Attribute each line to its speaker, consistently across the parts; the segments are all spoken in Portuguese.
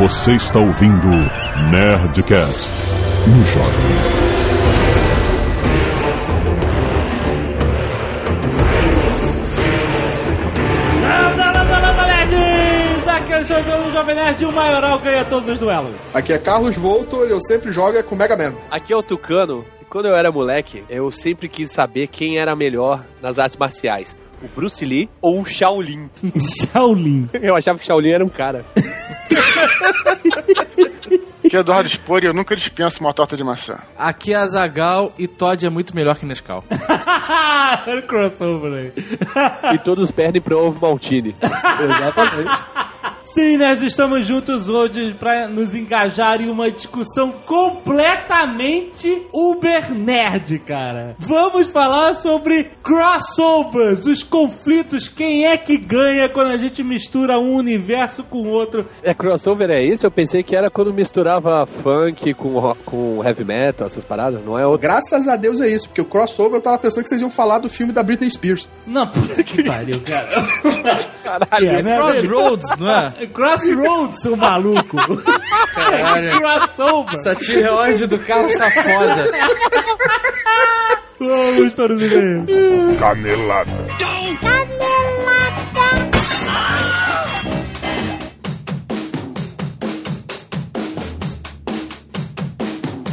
Speaker 1: Você está ouvindo Nerdcast um no Jovem.
Speaker 2: Landa, landa, landa, nerds! Aqui é o Xangão do Jovem Nerd e o maioral ganha todos os duelos.
Speaker 3: Aqui é Carlos Voltor e eu sempre jogo é com Mega Man.
Speaker 4: Aqui é o Tucano. e Quando eu era moleque, eu sempre quis saber quem era melhor nas artes marciais o Bruce Lee ou o Shaolin.
Speaker 2: Shaolin.
Speaker 4: Eu achava que Shaolin era um cara.
Speaker 5: Aqui é Eduardo Spor e eu nunca dispenso uma torta de maçã.
Speaker 6: Aqui é Azagal e Todd é muito melhor que Nescau.
Speaker 2: Crossover
Speaker 4: aí. e todos perdem pro Ovo Maltini.
Speaker 3: Exatamente.
Speaker 2: Sim, nós estamos juntos hoje para nos engajar em uma discussão completamente uber nerd, cara. Vamos falar sobre crossovers, os conflitos, quem é que ganha quando a gente mistura um universo com outro.
Speaker 4: É crossover é isso? Eu pensei que era quando misturava funk com, com heavy metal, essas paradas, não é? Outro...
Speaker 3: Graças a Deus é isso, porque o crossover eu tava pensando que vocês iam falar do filme da Britney Spears.
Speaker 2: Não, puta que pariu, cara.
Speaker 6: Caralho, é, né? Crossroads, não é?
Speaker 2: Crossroads, seu maluco.
Speaker 6: Caralho. Crossover. Essa tireoide do Carlos tá foda.
Speaker 2: Vamos para os e-mails.
Speaker 1: Canelada. Canelada.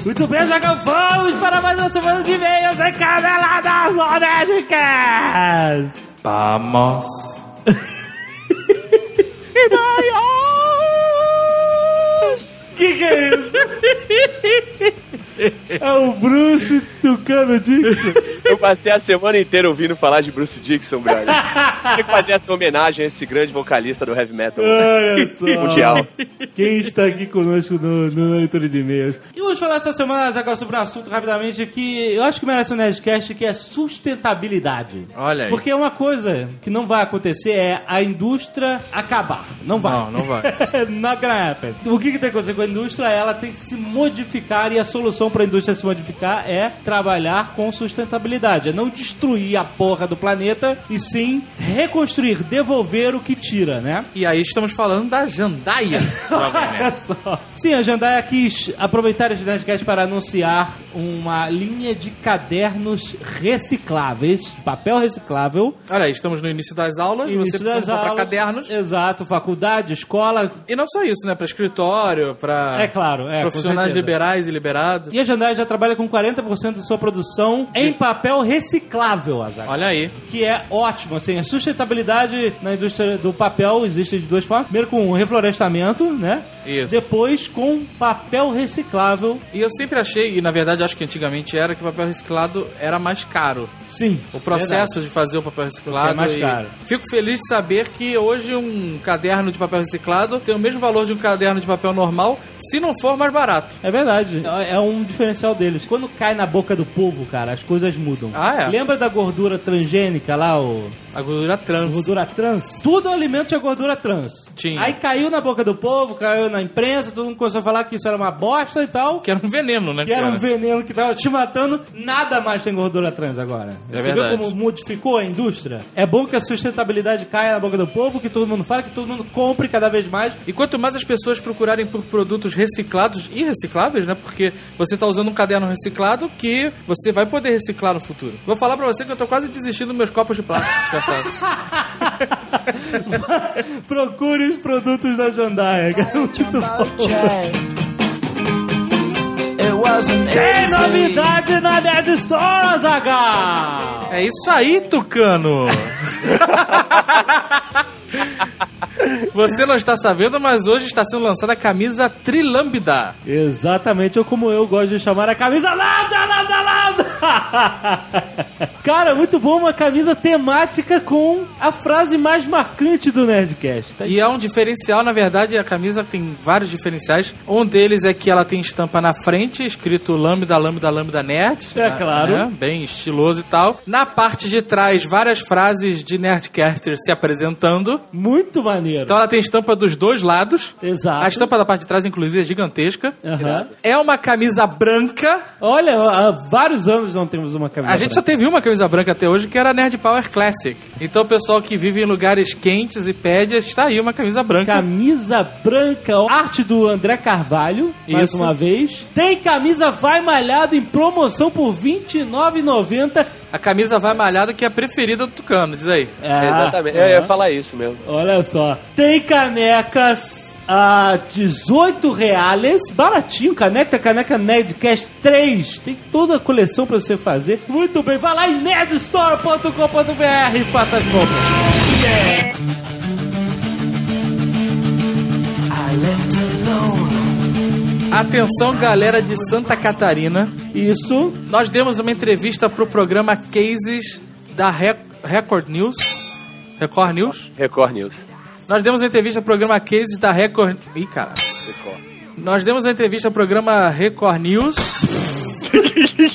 Speaker 2: Muito bem, Jacão, vamos para mais uma semana de e-mails em Caneladas Honéticas.
Speaker 6: Vamos.
Speaker 2: Que que é isso? É o Bruce Tucano Dixon.
Speaker 4: Eu passei a semana inteira ouvindo falar de Bruce Dixon, brother. Tem que fazer essa homenagem a esse grande vocalista do heavy metal
Speaker 2: Olha só.
Speaker 4: mundial.
Speaker 2: Quem está aqui conosco no, no leitura de e-mails. E vamos falar essa semana, Zagal, sobre um assunto rapidamente que eu acho que merece um Nerdcast, que é sustentabilidade.
Speaker 6: Olha aí.
Speaker 2: Porque é uma coisa que não vai acontecer é a indústria acabar. Não vai.
Speaker 6: Não, não vai.
Speaker 2: Not gonna happen. O que, que tem que acontecer com a indústria? Ela tem que se modificar e a solução para a indústria se modificar é trabalhar com sustentabilidade. É não destruir a porra do planeta e sim reconstruir, devolver o que tira, né?
Speaker 6: E aí estamos falando da Jandaia.
Speaker 2: Olha só. Sim, a Jandaia quis aproveitar esse Nerdcast para anunciar uma linha de cadernos recicláveis, papel reciclável.
Speaker 6: Olha aí, estamos no início das aulas início e você precisa comprar aulas, cadernos.
Speaker 2: Exato, faculdade, escola.
Speaker 6: E não só isso, né? Para escritório, para
Speaker 2: é claro, é,
Speaker 6: profissionais liberais e liberados.
Speaker 2: E a Jandaia já trabalha com 40% da sua produção em papel reciclável, Azar.
Speaker 6: Olha aí.
Speaker 2: Que é ótimo, assim, a sustentabilidade na indústria do papel existe de duas formas. Primeiro com reflorestamento, né?
Speaker 6: Isso.
Speaker 2: Depois com papel reciclável.
Speaker 6: E eu sempre achei, e na verdade acho que antigamente era, que o papel reciclado era mais caro.
Speaker 2: Sim.
Speaker 6: O processo verdade. de fazer o papel reciclado é
Speaker 2: mais caro.
Speaker 6: Fico feliz de saber que hoje um caderno de papel reciclado tem o mesmo valor de um caderno de papel normal, se não for mais barato.
Speaker 2: É verdade. É um diferencial deles. Quando cai na boca do povo, cara, as coisas mudam.
Speaker 6: Ah, é?
Speaker 2: Lembra da gordura transgênica lá, o...
Speaker 6: A gordura trans. A
Speaker 2: gordura trans. Tudo alimento tinha gordura trans.
Speaker 6: Tinha.
Speaker 2: Aí caiu na boca do povo, caiu na imprensa, todo mundo começou a falar que isso era uma bosta e tal.
Speaker 6: Que era um veneno, né?
Speaker 2: Que era um veneno que tava te matando. Nada mais tem gordura trans agora.
Speaker 6: É Você verdade.
Speaker 2: viu como modificou a indústria? É bom que a sustentabilidade caia na boca do povo, que todo mundo fala, que todo mundo compre cada vez mais.
Speaker 6: E quanto mais as pessoas procurarem por produtos reciclados e recicláveis, né? Porque você tá usando um caderno reciclado que você vai poder reciclar no futuro. Vou falar pra você que eu tô quase desistindo dos meus copos de plástico.
Speaker 2: Procure os produtos da Jandaia. É muito bom. Tem novidade na Dead Store, Zaga!
Speaker 6: É isso aí, Tucano! Você não está sabendo, mas hoje está sendo lançada a camisa Trilambda.
Speaker 2: Exatamente, ou como eu gosto de chamar a camisa Lambda, Lambda, Lambda! Cara, muito bom uma camisa temática com a frase mais marcante do Nerdcast.
Speaker 6: E é um diferencial, na verdade, a camisa tem vários diferenciais. Um deles é que ela tem estampa na frente, escrito Lambda, Lambda, Lambda Nerd. Ah,
Speaker 2: É claro. Né?
Speaker 6: Bem estiloso e tal. Na parte de trás, várias frases de Nerdcaster se apresentando.
Speaker 2: Muito maneiro.
Speaker 6: Então ela tem estampa dos dois lados.
Speaker 2: Exato.
Speaker 6: A tá- estampa da parte de trás, inclusive, é gigantesca.
Speaker 2: Uhum.
Speaker 6: É uma camisa branca.
Speaker 2: Olha, há vários anos não não temos uma camisa
Speaker 6: A gente só
Speaker 2: branca.
Speaker 6: teve uma camisa branca até hoje, que era a Nerd Power Classic. Então o pessoal que vive em lugares quentes e pede, está aí uma camisa branca.
Speaker 2: Camisa branca, arte do André Carvalho, mais
Speaker 6: Isso.
Speaker 2: uma vez. Tem camisa Vai Malhado em promoção por R$29,90.
Speaker 6: A camisa vai malhada que é a preferida do Tucano, diz aí.
Speaker 2: Ah,
Speaker 4: Exatamente.
Speaker 2: ah.
Speaker 4: Eu ia falar isso mesmo.
Speaker 2: Olha só. Tem canecas a 18 reais, baratinho, caneca, caneca Nerdcast 3. Tem toda a coleção pra você fazer. Muito bem, vai lá em nerdstore.com.br e faça as compras.
Speaker 6: Atenção, galera de Santa Catarina.
Speaker 2: Isso.
Speaker 6: Nós demos uma entrevista pro programa Cases da Re- Record News. Record News?
Speaker 4: Record News.
Speaker 6: Nós demos uma entrevista ao programa Cases da Record. Ih, cara.
Speaker 4: Record.
Speaker 6: Nós demos uma entrevista ao programa Record News.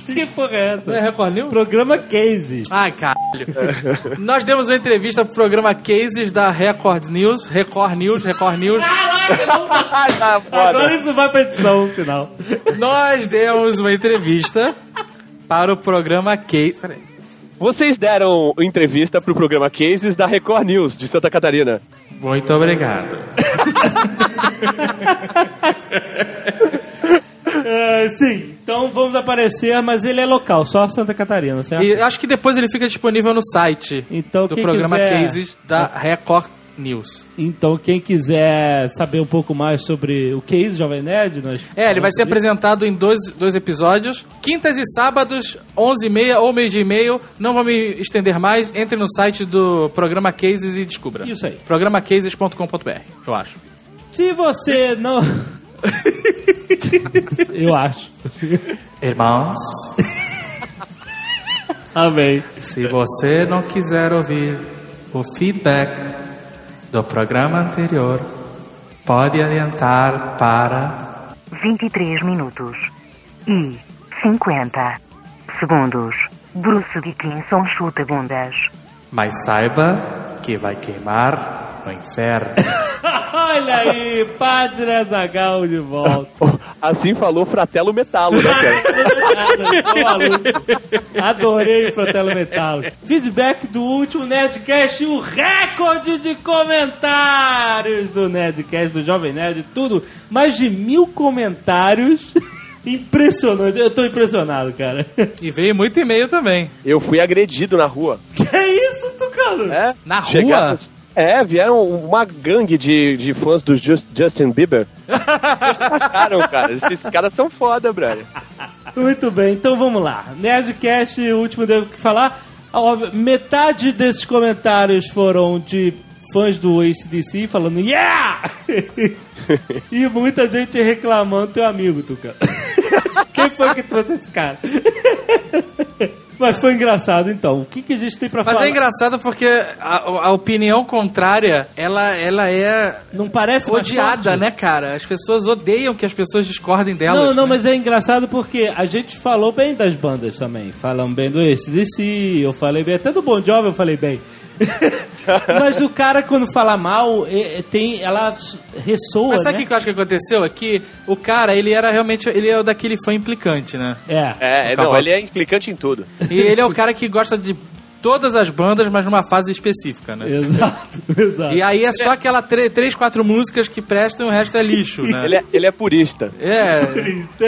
Speaker 2: Que porra é
Speaker 6: Não é
Speaker 2: essa?
Speaker 6: Record News?
Speaker 2: Programa Case.
Speaker 6: Ai, caralho. Nós demos uma entrevista pro programa Cases da Record News, Record News, Record News.
Speaker 4: Ah,
Speaker 2: Agora
Speaker 4: foda.
Speaker 2: isso vai pra edição final.
Speaker 6: Nós demos uma entrevista para o programa Cases. Peraí.
Speaker 4: Vocês deram entrevista pro programa Cases da Record News de Santa Catarina.
Speaker 6: Muito obrigado.
Speaker 2: É, sim, então vamos aparecer, mas ele é local, só Santa Catarina, certo?
Speaker 6: E acho que depois ele fica disponível no site
Speaker 2: Então,
Speaker 6: do
Speaker 2: quem
Speaker 6: programa
Speaker 2: quiser-
Speaker 6: Cases da Record News.
Speaker 2: Então quem quiser saber um pouco mais sobre o Case Jovem Nerd... Nós
Speaker 6: É, ele vai
Speaker 2: falamos sobre
Speaker 6: ser apresentado em dois, dois episódios. Quintas e sábados, 11h30 ou meio-dia e meio. Não vou me estender mais. Entre no site do Programa Cases e descubra.
Speaker 2: Isso aí.
Speaker 6: Programacases.com.br, eu acho.
Speaker 2: Se você não. Eu acho.
Speaker 6: Irmãos,
Speaker 2: Amém.
Speaker 6: se você não quiser ouvir o feedback do programa anterior, pode adiantar para...
Speaker 7: 23 minutos e 50 segundos. Bruce Dickinson chuta bundas.
Speaker 6: Mas saiba que vai queimar no inferno.
Speaker 2: Olha aí, Padre Azagal de volta.
Speaker 4: Assim falou Fratelo Metalo, né, cara?
Speaker 2: Tô maluco. Adorei o Fratello Metal. Feedback do último Nerdcast e o recorde de comentários do Nerdcast, do Jovem Nerd, tudo. Mais de mil comentários. Impressionante. Eu tô impressionado, cara.
Speaker 6: e veio muito e-mail também.
Speaker 4: Eu fui agredido na rua.
Speaker 2: Que isso, Tucano?
Speaker 4: É?
Speaker 6: Na
Speaker 4: Chegaram-
Speaker 6: rua?
Speaker 4: É, vieram uma gangue de, de fãs do Just- Justin Bieber. Atacaram, cara. Esses caras são foda, brother.
Speaker 2: Muito bem, então vamos lá. Nerdcast, o último devo que falar. Óbvio, metade desses comentários foram de fãs do ACDC falando Yeah! e muita gente reclamando teu amigo, Tuca. Quem foi que trouxe esse cara? Mas foi engraçado, então. O que, que a gente tem pra
Speaker 6: Mas
Speaker 2: falar?
Speaker 6: é engraçado porque a, a opinião contrária, ela, ela é
Speaker 2: Não parece mais
Speaker 6: odiada,
Speaker 2: forte?
Speaker 6: né, cara? As pessoas odeiam que as pessoas discordem delas.
Speaker 2: Não, não,
Speaker 6: né?
Speaker 2: mas é engraçado porque a gente falou bem das bandas também. Falamos bem do ACDC, eu falei bem, até do Bon Jovi eu falei bem. mas o cara, quando fala mal, é- é- tem, ela s- ressoa,
Speaker 6: Mas sabe o
Speaker 2: né?
Speaker 6: que eu acho que aconteceu? É que o cara, ele era realmente. Ele é o daquele fã implicante, né?
Speaker 2: É.
Speaker 4: É, é, não,
Speaker 6: Acabou.
Speaker 4: ele é implicante em tudo.
Speaker 6: E ele é o cara que gosta de todas as bandas, mas numa fase específica, né?
Speaker 2: Exato, exato.
Speaker 6: E aí é só aquela tre- três, quatro músicas que prestam e o resto é lixo, né?
Speaker 4: Ele é, ele é purista.
Speaker 6: é.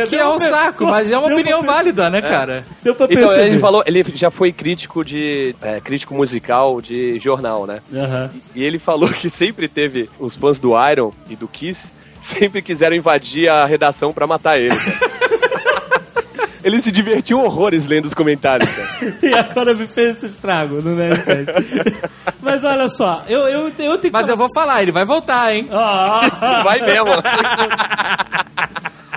Speaker 6: Que é um
Speaker 2: Deu pra-
Speaker 6: saco, mas é uma
Speaker 2: deu pra
Speaker 6: opinião
Speaker 2: perceber.
Speaker 6: válida, né, cara?
Speaker 2: Deu pra
Speaker 4: Então,
Speaker 2: perceber.
Speaker 4: ele falou, ele já foi crítico de. é, crítico musical de jornal, né?
Speaker 2: Aham.
Speaker 4: E ele falou que sempre teve os fãs do Iron e do Kiss sempre quiseram invadir a redação pra matar ele. cara. ele se divertiu horrores lendo os comentários. Cara.
Speaker 2: E agora me fez esse estrago no Nerdcast. Mas olha só, eu, eu, eu tenho que...
Speaker 6: Mas eu vou falar, ele vai voltar, hein?
Speaker 2: Ah,
Speaker 4: Vai mesmo.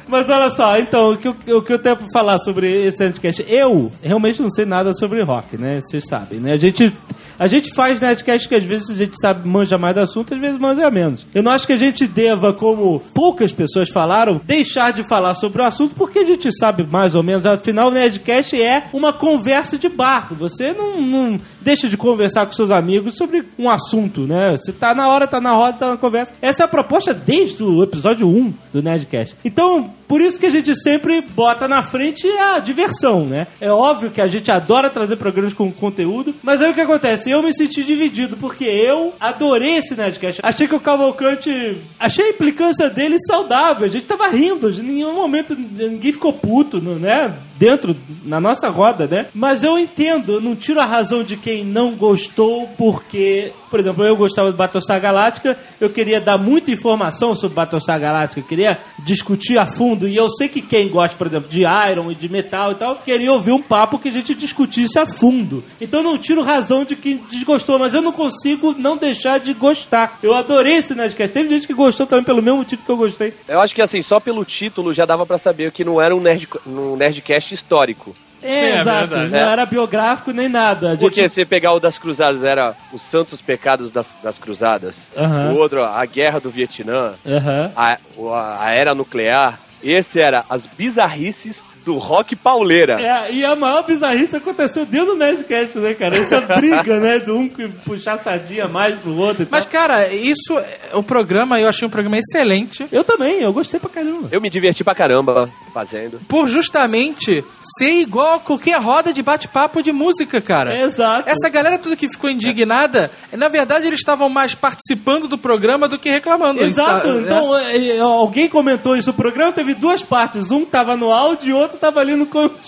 Speaker 2: Mas olha só, então, o que, eu- o que eu tenho pra falar sobre esse Nerdcast? Eu realmente não sei nada sobre rock, né? Vocês sabem, né? A gente, a gente faz Nerdcast que às vezes a gente sabe, manja mais do assunto, às vezes manja menos. Eu não acho que a gente deva, como poucas pessoas falaram, deixar de falar sobre o assunto porque a gente sabe mais ou menos. Afinal, o Nerdcast é uma conversa de bar. Você não, não, deixa de conversar com seus amigos sobre um assunto, né? Se tá na hora, tá na roda, tá na conversa. Essa é a proposta desde o episódio 1 do Nerdcast. Então, por isso que a gente sempre bota na frente a diversão, né? É óbvio que a gente adora trazer programas com conteúdo, mas aí o que acontece? Eu me senti dividido, porque eu adorei esse Nerdcast. Achei que o Cavalcante. Achei a implicância dele saudável. A gente tava rindo, em nenhum momento ninguém ficou puto, né? Dentro, na nossa roda, né? Mas eu entendo, eu não tiro a razão de quem não gostou, porque, por exemplo, eu gostava do Battlestar Galáctica, eu queria dar muita informação sobre Battlestar Galáctica, eu queria discutir a fundo, e eu sei que quem gosta, por exemplo, de Iron e de metal e tal, queria ouvir um papo que a gente discutisse a fundo. Então eu não tiro razão de quem desgostou, mas eu não consigo não deixar de gostar. Eu adorei esse Nerdcast. Teve gente que gostou também pelo mesmo motivo que eu gostei.
Speaker 4: Eu acho que assim, só pelo título já dava pra saber que não era um, nerd, um Nerdcast histórico.
Speaker 2: É,
Speaker 8: É,
Speaker 2: exato.
Speaker 8: verdade.
Speaker 2: Não era biográfico nem nada. A
Speaker 4: Porque
Speaker 2: gente-
Speaker 4: se pegar o das cruzadas, era os santos pecados das, das cruzadas.
Speaker 2: Aham. É.
Speaker 4: O outro, a guerra do Vietnã.
Speaker 2: Aham.
Speaker 4: a, o- a era nuclear. Esse era as bizarrices do rock pauleira.
Speaker 2: É, e a maior bizarrice aconteceu dentro do Nerdcast, né, cara? Essa briga, né? De um que puxar sardinha mais pro outro. e
Speaker 6: Mas,
Speaker 2: tal.
Speaker 6: cara, isso. é- O programa, eu achei um programa excelente.
Speaker 2: eu também, eu gostei pra caramba.
Speaker 4: Eu me diverti pra caramba fazendo.
Speaker 6: Por justamente ser igual a qualquer roda de bate-papo de música, cara.
Speaker 2: Exato.
Speaker 6: Essa é galera toda que ficou indignada, na verdade eles estavam mais participando do programa do que reclamando.
Speaker 2: Exato,
Speaker 6: Eles-
Speaker 2: então eh, eh, alguém comentou isso. O programa teve duas partes. Um tava no áudio e outro tava ali nos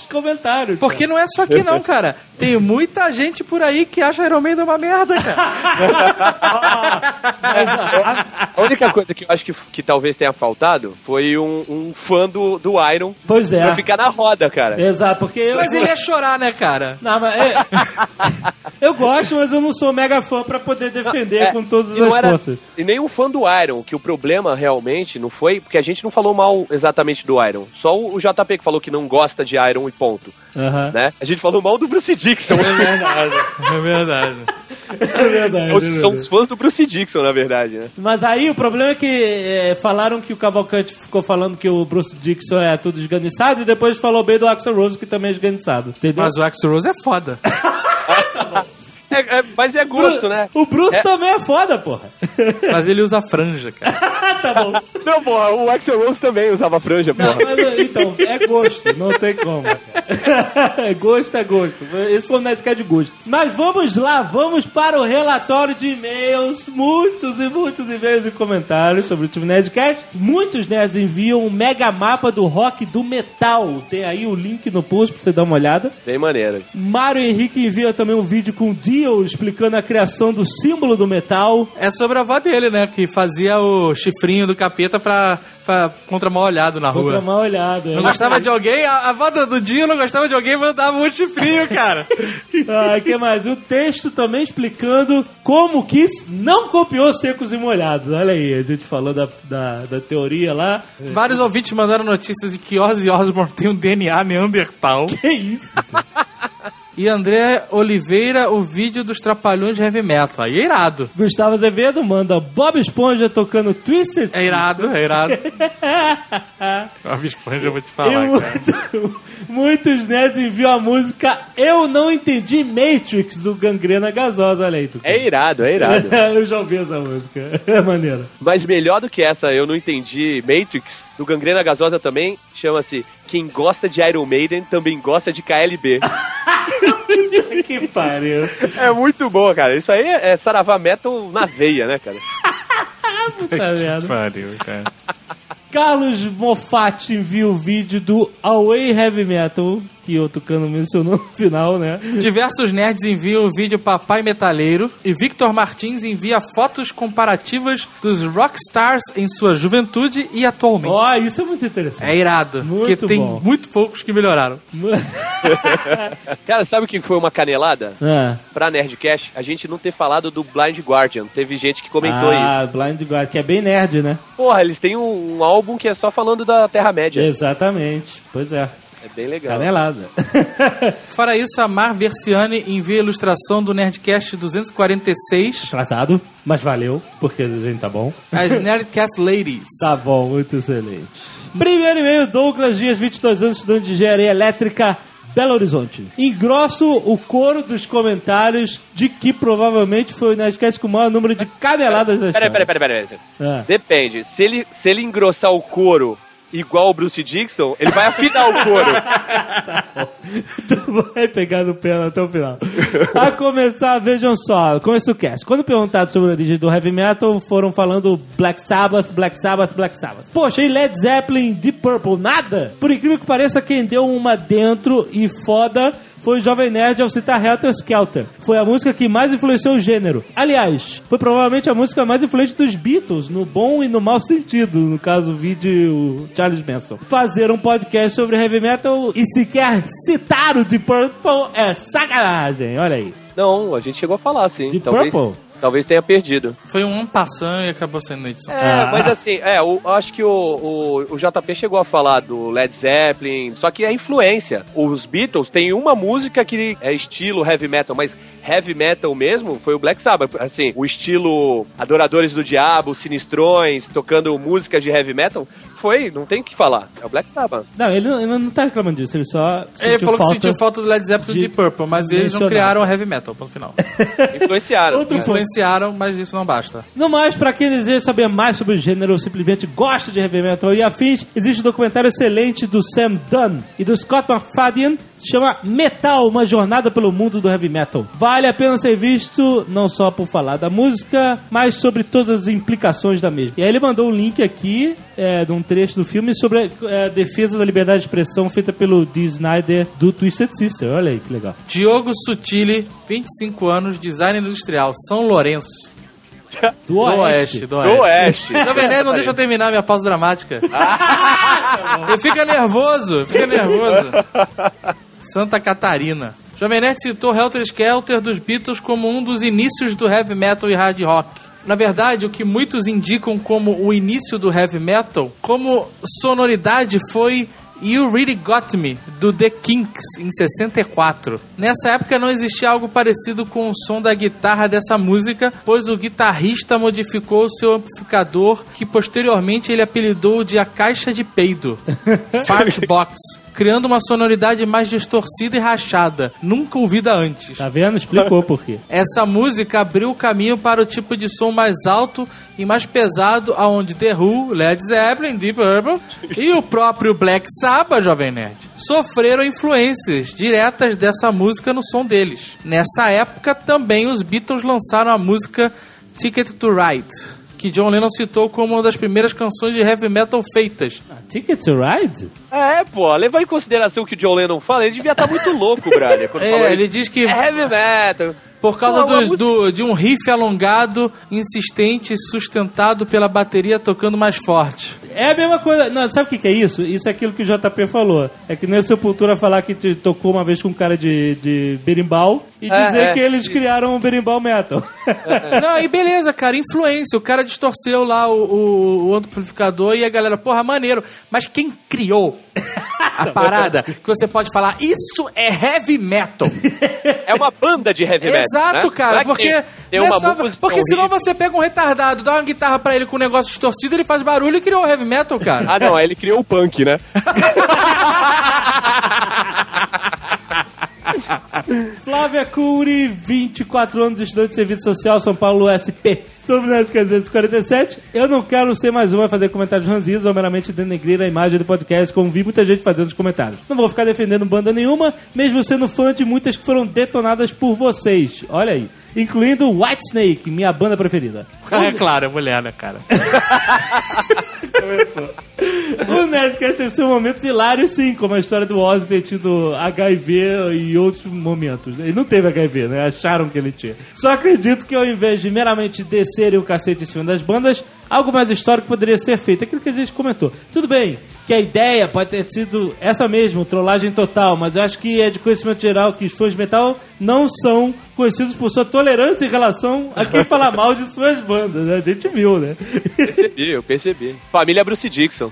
Speaker 2: comentários.
Speaker 6: Porque não é só aqui não, cara. Tem muita gente por aí que acha Iron Maiden uma merda, cara.
Speaker 4: A única coisa que eu acho que, que talvez tenha faltado foi um, um fã do, do Iron
Speaker 2: Pois é.
Speaker 4: pra ficar na roda, cara.
Speaker 2: Exato, porque eu.
Speaker 6: Mas ele ia chorar, né, cara?
Speaker 2: Não, mas é- eu gosto, mas eu não sou mega fã pra poder defender
Speaker 4: É,
Speaker 2: com todas
Speaker 4: e não
Speaker 2: as
Speaker 4: era-
Speaker 2: forças.
Speaker 4: E nem um fã do Iron, que o problema realmente não foi. Porque a gente não falou mal exatamente do Iron. Só o o JP que falou que não gosta de Iron e ponto.
Speaker 2: Aham.
Speaker 4: Né? A gente falou mal do Bruce Dixon.
Speaker 8: É verdade.
Speaker 2: É verdade. é
Speaker 4: São
Speaker 2: verdade.
Speaker 4: os fãs do Bruce Dixon, na verdade, né?
Speaker 2: Mas aí o problema é que eh, falaram que o Cavalcante ficou falando que o Bruce Dixon é tudo esganiçado e depois falou bem do Axel Rose, que também é esganiçado. Entendeu?
Speaker 6: Mas o Axl Rose é foda.
Speaker 4: É- é- mas é gosto,
Speaker 2: Bru-
Speaker 4: né?
Speaker 2: O Bruce
Speaker 4: É.
Speaker 2: também é foda, porra.
Speaker 6: Mas ele usa franja, cara.
Speaker 2: tá bom.
Speaker 4: Não, porra, o Axel Rose também usava franja,
Speaker 2: Não,
Speaker 4: porra.
Speaker 2: mas, eh, então, é gosto, não tem como. cara. gosto é gosto. Esse foi o Nerdcast de gosto. Mas vamos lá, vamos para o relatório de e-mails. Muitos e muitos e-mails e comentários sobre o time Nerdcast. Muitos nerds enviam um mega mapa do rock do metal. Tem aí o link no post pra você dar uma olhada.
Speaker 4: Tem maneira.
Speaker 2: Mário Henrique envia também um vídeo com o Dio explicando a criação do símbolo do metal.
Speaker 6: É sobre a avó dele, né? Que fazia o chifrinho do capeta pra, pra contra mal olhado na
Speaker 2: Outra
Speaker 6: rua.
Speaker 2: mal olhada.
Speaker 6: Não gostava de alguém, a, a avó do, do Dio não gostava de alguém, mandava um chifrinho, cara.
Speaker 2: Ah, que mais? O texto também explicando como o Kiss não copiou secos e molhados. Olha aí, a gente falou da, da, da teoria lá.
Speaker 6: Vários ouvintes mandaram notícias de que Ozzy Osbourne tem um DNA neandertal.
Speaker 2: Que É isso?
Speaker 6: E André Oliveira, o vídeo dos trapalhões de heavy metal. Aí é irado.
Speaker 2: Gustavo Azevedo manda Bob Esponja tocando Twisted.
Speaker 6: É irado, é irado. A esponja, eu vou te falar,
Speaker 2: E
Speaker 6: Ah, cara.
Speaker 2: muito- muitos nerds enviam a música Eu Não Entendi Matrix do Gangrena Gasosa. Olha aí, tu.
Speaker 4: É irado, é irado.
Speaker 2: Eu já ouvi essa música. É maneira.
Speaker 4: Mas melhor do que essa, eu não entendi, Matrix, do Gangrena Gasosa também, chama-se Quem Gosta de Iron Maiden Também Gosta de KLB.
Speaker 2: Que pariu.
Speaker 4: é muito boa, cara. Isso aí é saravá metal na veia, né, cara?
Speaker 2: Puta merda.
Speaker 8: Pariu, cara.
Speaker 2: Carlos Moffat envia o vídeo do Away Heavy Metal, que o Tucano mencionou no final, né?
Speaker 6: Diversos nerds enviam o vídeo Papai Metaleiro e Victor Martins envia fotos comparativas dos rockstars em sua juventude e atualmente.
Speaker 2: Ó, isso é muito interessante.
Speaker 6: É irado, porque
Speaker 2: Muito
Speaker 6: tem
Speaker 2: bom.
Speaker 6: muito poucos que melhoraram.
Speaker 4: Cara, sabe o que foi uma canelada?
Speaker 2: ah,
Speaker 4: Pra Nerdcast, a gente não ter falado do Blind Guardian. Teve gente que comentou
Speaker 2: ah, Blind Guard, que é bem nerd, né?
Speaker 4: isso. Porra, eles têm um, um álbum que é só falando da Terra-média.
Speaker 2: Exatamente. Pois é,
Speaker 4: É bem legal.
Speaker 2: canelada.
Speaker 6: Fora isso, a Mar Versiani envia a ilustração do Nerdcast 246
Speaker 2: Atrasado, mas valeu, porque o desenho tá bom.
Speaker 6: As Nerdcast Ladies.
Speaker 2: Tá
Speaker 4: Hum.
Speaker 2: bom, muito excelente. Primeiro e-mail, Douglas Dias, 22 anos, estudante de engenharia elétrica Belo Horizonte. Engrosso o coro dos comentários de que provavelmente foi o Nerdcast com o maior número de caneladas da
Speaker 4: Peraí,
Speaker 2: história.
Speaker 4: peraí, peraí, peraí. peraí.
Speaker 2: Ah.
Speaker 4: Depende. Se ele, se ele engrossar o couro igual o Bruce Dixon, ele vai afinar o couro.
Speaker 2: Então vai pegar no pé até o final. A começar, vejam só, começa o cast. Quando perguntado sobre a origem do heavy metal, foram falando Black Sabbath, Black Sabbath, Black Sabbath. Poxa, e Led Zeppelin, Deep Purple, nada? Por incrível que pareça, quem deu uma dentro e foda foi o Jovem Nerd ao citar Helter Skelter. Foi a música que mais influenciou o gênero. Aliás, foi provavelmente a música mais influente dos Beatles, no bom e no mau sentido, no caso, vide o Charles Manson. Fazer um podcast sobre heavy metal e sequer citar o de Purple é sacanagem, olha aí.
Speaker 4: Não, a gente chegou a falar, sim.
Speaker 2: De
Speaker 4: talvez,
Speaker 2: Purple?
Speaker 4: talvez tenha perdido.
Speaker 6: Foi um ampassão e acabou sendo na edição.
Speaker 4: É,
Speaker 2: Ah.
Speaker 4: mas assim, é, o- eu acho que o, o, o JP chegou a falar do Led Zeppelin, só que é influência. Os Beatles têm uma música que é estilo heavy metal, mas heavy metal mesmo foi o Black Sabbath. Assim, o estilo Adoradores do Diabo, Sinistrões, tocando músicas de heavy metal, foi, não tem o que falar, é o Black Sabbath.
Speaker 2: Não, ele não, ele não tá reclamando disso, ele só.
Speaker 6: Ele falou que sentiu falta do Led Zeppelin e
Speaker 2: de
Speaker 6: do Deep Purple, mas eles não
Speaker 2: mencionar.
Speaker 6: criaram o heavy metal, ponto final.
Speaker 4: Influenciaram. É.
Speaker 2: Outro ponto.
Speaker 6: Influenciaram, mas isso não basta.
Speaker 2: No mais, pra quem deseja saber mais sobre o gênero ou simplesmente gosta de heavy metal e afins, existe um documentário excelente do Sam Dunn e do Scott McFadden, se chama Metal, uma jornada pelo mundo do heavy metal. Vale a pena ser visto, não só por falar da música, mas sobre todas as implicações da mesma. E aí ele mandou um link aqui, é, de um trecho do filme, sobre é, a defesa da liberdade de expressão feita pelo Dee Snyder do Twisted Sister. Olha aí que legal.
Speaker 6: Diogo Sutili, 25 anos, design industrial, São Lourenço.
Speaker 2: Do Oeste.
Speaker 6: do
Speaker 4: Do
Speaker 6: Oeste.
Speaker 4: Oeste.
Speaker 6: Na verdade, não deixa eu terminar minha pausa dramática. eu fica nervoso, fica nervoso. Santa Catarina. Jovem Nerd citou Helter Skelter dos Beatles como um dos inícios do heavy metal e hard rock. Na verdade, o que muitos indicam como o início do heavy metal, como sonoridade foi You Really Got Me, do The Kinks, em 64. Nessa época não existia algo parecido com o som da guitarra dessa música, pois o guitarrista modificou o seu amplificador, que posteriormente ele apelidou de a caixa de peido, Fart Box, criando uma sonoridade mais distorcida e rachada, nunca ouvida antes.
Speaker 2: Tá vendo? Explicou por quê.
Speaker 6: Essa música abriu o caminho para o tipo de som mais alto e mais pesado, aonde The Who, Led Zeppelin, Deep Purple e o próprio Black Sabbath, Jovem Nerd, sofreram influências diretas dessa música no som deles. Nessa época, também os Beatles lançaram a música Ticket to Ride, que John Lennon citou como uma das primeiras canções de heavy metal feitas.
Speaker 2: Ah, Ticket to Ride?
Speaker 4: É, pô, levar em consideração o que o John Lennon fala, ele devia estar muito louco, brother, quando falou
Speaker 6: É, ele
Speaker 4: isso.
Speaker 6: diz que
Speaker 4: É heavy metal.
Speaker 6: Por causa
Speaker 4: Pô, uma
Speaker 6: dos- do, de um riff alongado, insistente, sustentado pela bateria tocando mais forte.
Speaker 2: É a mesma coisa. Não, sabe o que, que é isso? Isso é aquilo que o JP falou. É que nem o Sepultura falar que te tocou uma vez com um cara de, de berimbau e
Speaker 4: É,
Speaker 2: dizer
Speaker 4: é.
Speaker 2: que eles criaram um berimbau metal.
Speaker 6: Não, e beleza, cara, influência. O cara distorceu lá o, o- o amplificador e a galera, porra, maneiro. Mas quem criou a parada que você pode falar, isso é heavy metal?
Speaker 4: É uma banda de heavy metal.
Speaker 6: Exato,
Speaker 4: né? Não
Speaker 6: cara,
Speaker 4: é que
Speaker 6: porque.
Speaker 4: tem- tem
Speaker 6: não é
Speaker 4: uma
Speaker 6: só-
Speaker 4: música
Speaker 6: porque senão
Speaker 4: horrível.
Speaker 6: você pega um retardado, dá uma guitarra pra ele com um negócio distorcido, ele faz barulho e criou o heavy metal, cara.
Speaker 4: Ah, não, aí ele criou o punk, né?
Speaker 2: Flávia Cury, 24 anos, estudante de serviço social, São Paulo, USP. Sobre o Nerdcast 247, eu não quero ser mais uma a fazer comentários ranzidos ou meramente denegrir a imagem do podcast, como vi muita gente fazendo nos comentários. Não vou ficar defendendo banda nenhuma, mesmo sendo fã de muitas que foram detonadas por vocês. Olha aí. Incluindo Whitesnake, minha banda preferida.
Speaker 6: É claro, é mulher, né, cara?
Speaker 2: O Nerdcast deve ser um momento hilário, sim, como a história do Ozzy ter tido HIV e outros momentos. Ele não teve HIV, né? Acharam que ele tinha. Só acredito que ao invés de meramente descerem o cacete em cima das bandas, algo mais histórico poderia ser feito. Aquilo que a gente comentou. Tudo bem que a ideia pode ter sido essa mesmo, trollagem total, mas eu acho que é de conhecimento geral que os fãs de metal não são conhecidos por sua tolerância em relação a quem fala mal de suas bandas. né? A gente viu, né?
Speaker 4: Percebi, eu percebi. Família Bruce Dixon.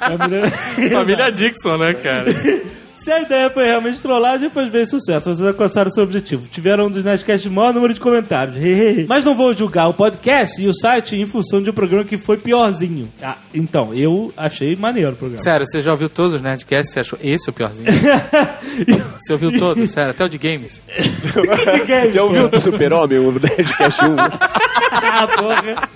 Speaker 2: A mulher-
Speaker 8: Família Dixon, né, cara?
Speaker 2: Se a ideia foi realmente trollagem, depois veio sucesso. Vocês alcançaram seu objetivo. Tiveram um dos Nerdcasts de maior número de comentários. Mas não vou julgar o podcast e o site em função de um programa que foi piorzinho. Ah, então, eu achei maneiro o programa.
Speaker 6: Sério, você já ouviu todos os Nerdcasts? Você achou esse o piorzinho? você ouviu todos, sério, até o de games.
Speaker 2: De game,
Speaker 4: Já ouviu
Speaker 2: pô.
Speaker 4: do Super-Homem, o Nerdcast 1?
Speaker 2: Ah, porra.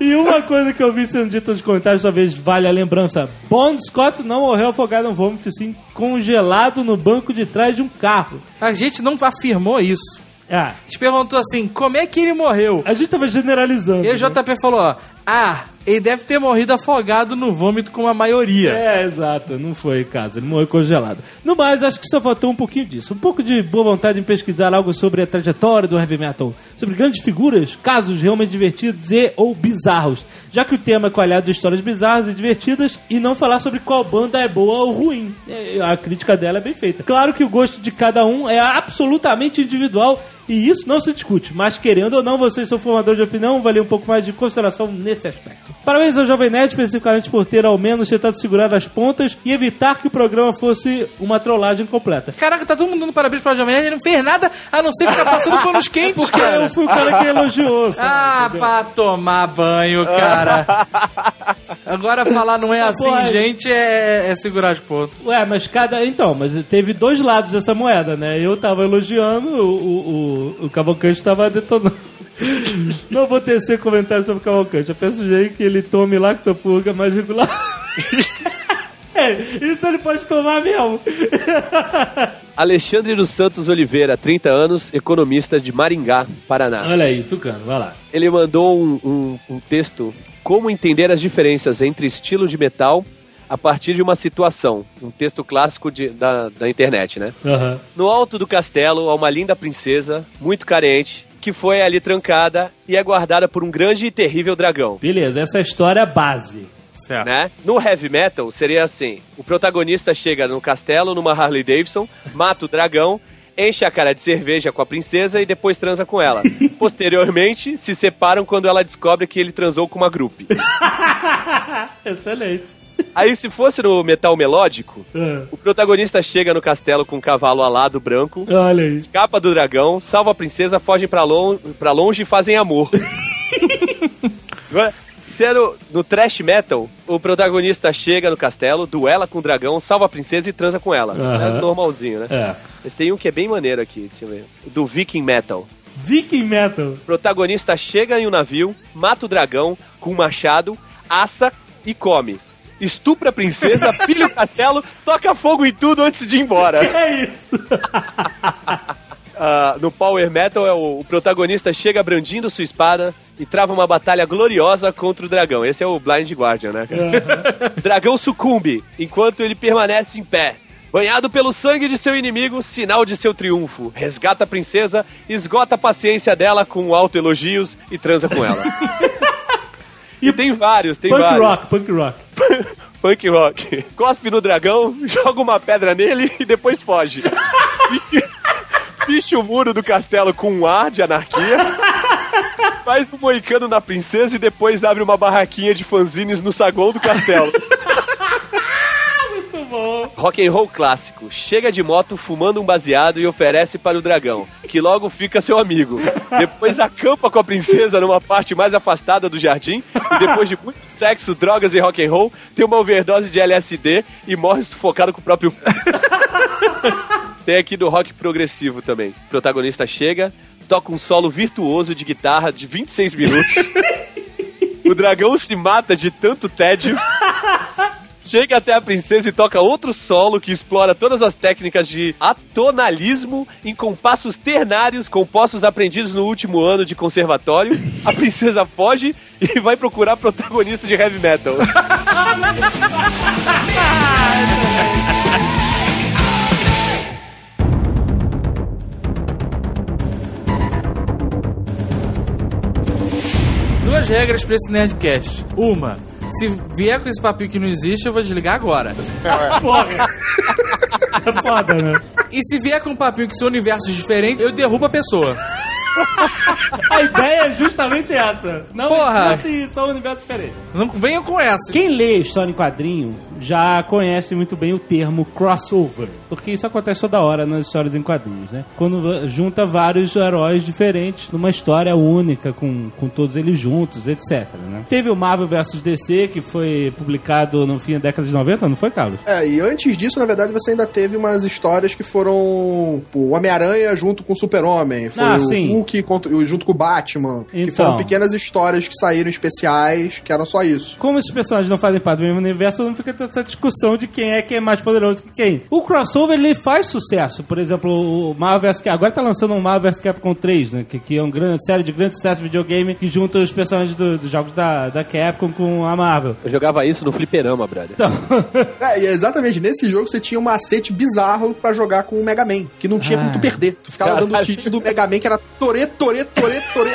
Speaker 2: E uma coisa que eu vi sendo dita nos comentários, talvez valha a lembrança. Bond Scott não morreu afogado em um vômito, sim congelado no banco de trás de um carro.
Speaker 6: A gente não afirmou isso.
Speaker 2: Ah,
Speaker 6: A gente perguntou assim, como é que ele morreu?
Speaker 2: a gente tava generalizando.
Speaker 6: E o JP falou, ó, ah, ele deve ter morrido afogado no vômito como a maioria.
Speaker 2: É, exato. Não foi caso. Ele morreu congelado. No mais, acho que só faltou um pouquinho disso. Um pouco de boa vontade em pesquisar algo sobre a trajetória do heavy metal. Sobre grandes figuras, casos realmente divertidos e ou bizarros. Já que o tema é coalhado de histórias bizarras e divertidas e não falar sobre qual banda é boa ou ruim. É, A crítica dela é bem feita. Claro que o gosto de cada um é absolutamente individual e isso não se discute, mas querendo ou não, vocês são formadores de opinião, valeu um pouco mais de consideração nesse aspecto. Parabéns ao Jovem Nerd, especificamente por ter ao menos tentado segurar as pontas e evitar que o programa fosse uma trollagem completa.
Speaker 6: Caraca, tá todo mundo dando parabéns pra Jovem Nerd, ele não fez nada a não ser ficar passando panos quentes,
Speaker 2: Porque
Speaker 6: cara.
Speaker 2: Ah, eu fui o cara que elogiou. sabe?
Speaker 6: Ah, pra tomar banho, cara. Agora falar não é
Speaker 2: Tá
Speaker 6: assim,
Speaker 2: Pode.
Speaker 6: gente, é, é segurar de ponto.
Speaker 2: Ué, mas cada. Então, mas teve dois lados dessa moeda, né? Eu tava elogiando, o, o, o, o Cavalcante tava detonando. Não vou tecer comentário sobre o Cavalcante. Apenas sugeri que ele tome lactopurga mais regular. É, isso ele pode tomar mesmo.
Speaker 4: Alexandre dos Santos Oliveira, 30 anos, economista de Maringá, Paraná.
Speaker 2: Olha aí, Tucano, vai lá.
Speaker 4: Ele mandou um, um- um texto: Como entender as diferenças entre estilo de metal a partir de uma situação. Um texto clássico de- da, da internet, né?
Speaker 2: Aham.
Speaker 4: No alto do castelo há uma linda princesa, muito carente, que foi ali trancada e é guardada por um grande e terrível dragão.
Speaker 2: Beleza, essa é a história base.
Speaker 6: Certo.
Speaker 4: Né? No heavy metal seria assim: o protagonista chega no castelo numa Harley Davidson, mata o dragão, enche a cara de cerveja com a princesa e depois transa com ela. Posteriormente, se separam quando ela descobre que ele transou com uma grupo.
Speaker 2: Excelente.
Speaker 4: Aí, se fosse no metal melódico,
Speaker 2: Ah,
Speaker 4: o protagonista chega no castelo com um cavalo alado branco,
Speaker 2: Olha aí.
Speaker 4: escapa do dragão, salva a princesa, fogem pra, lon pra longe e fazem amor. Agora, se é no, no thrash metal, o protagonista chega no castelo, duela com o dragão, salva a princesa e transa com ela.
Speaker 2: Aham.
Speaker 4: É normalzinho, né?
Speaker 2: É.
Speaker 4: Mas tem um que é bem maneiro aqui, deixa eu ver. Do viking metal.
Speaker 2: Viking Metal.
Speaker 4: O protagonista chega em um navio, mata o dragão com um machado, assa e come. Estupra a princesa, pilha o castelo, toca fogo em tudo antes de ir embora.
Speaker 2: É isso.
Speaker 4: Ah, no Power Metal é o, o protagonista chega brandindo sua espada e trava uma batalha gloriosa contra o dragão. Esse é o Blind Guardian, né? cara? O dragão sucumbe enquanto ele permanece em pé. Banhado pelo sangue de seu inimigo, sinal de seu triunfo. Resgata a princesa, esgota a paciência dela com autoelogios e transa com ela. e tem vários, tem
Speaker 2: Punk
Speaker 4: vários.
Speaker 2: rock, punk rock.
Speaker 4: Punk rock. Cospe no dragão, joga uma pedra nele e depois foge. Piche, piche o muro do castelo com um ar de anarquia. Faz um moicano na princesa e depois abre uma barraquinha de fanzines no saguão do castelo. Muito bom. Rock and roll clássico. Chega de moto fumando um baseado e oferece para o dragão, que logo fica seu amigo. Depois acampa com a princesa numa parte mais afastada do jardim e depois de muito sexo, drogas e rock and roll, tem uma overdose de LSD e morre sufocado com o próprio tem aqui do rock progressivo também. O protagonista chega, toca um solo virtuoso de guitarra de 26 minutos. o dragão se mata de tanto tédio. Chega até a princesa e toca outro solo que explora todas as técnicas de atonalismo em compassos ternários compostos aprendidos no último ano de conservatório. A princesa foge e vai procurar protagonista de heavy metal.
Speaker 6: Duas regras pra esse Nerdcast. Uma, se vier com esse papinho que não existe, eu vou desligar agora.
Speaker 2: É foda, né?
Speaker 6: E se vier com um papinho que são universos diferentes, eu derrubo a pessoa.
Speaker 2: A ideia é justamente essa. Não
Speaker 6: Porra.
Speaker 2: existe só um universo diferente.
Speaker 6: Não venham com essa.
Speaker 2: Quem lê história em quadrinho já conhece muito bem o termo crossover. Porque isso acontece toda hora nas histórias em quadrinhos, né? Quando va- junta vários heróis diferentes numa história única, com, com todos eles juntos, etc. né? Teve o Marvel vs DC, que foi publicado no fim da década de 90, não foi, Carlos?
Speaker 3: É, e antes disso, na verdade, você ainda teve umas histórias que foram pô, o Homem-Aranha junto com o Super-Homem, foi
Speaker 2: Ah,
Speaker 3: o
Speaker 2: sim.
Speaker 3: Hulk contra- o- junto com o Batman, que
Speaker 2: Então.
Speaker 3: foram pequenas histórias que saíram especiais, que eram só isso.
Speaker 2: Como esses personagens não fazem parte do mesmo universo, não fica tendo essa discussão de quem é que é mais poderoso que quem. O crossover ele faz sucesso. Por exemplo, o Marvel vs. Capcom. Agora tá lançando um Marvel vs. Capcom 3, né? Que, que é uma grande série de grandes sucessos de videogame que junta os personagens do- dos jogos da, da Capcom com a Marvel.
Speaker 4: Eu jogava isso no fliperama, brother.
Speaker 2: Então,
Speaker 3: É, e exatamente nesse jogo você tinha um macete bizarro pra jogar com o Mega Man, que não
Speaker 2: Ah.
Speaker 3: tinha como tu perder. Tu ficava
Speaker 4: Caralho.
Speaker 3: dando o tique do Mega Man, que era tore, tore, tore, tore.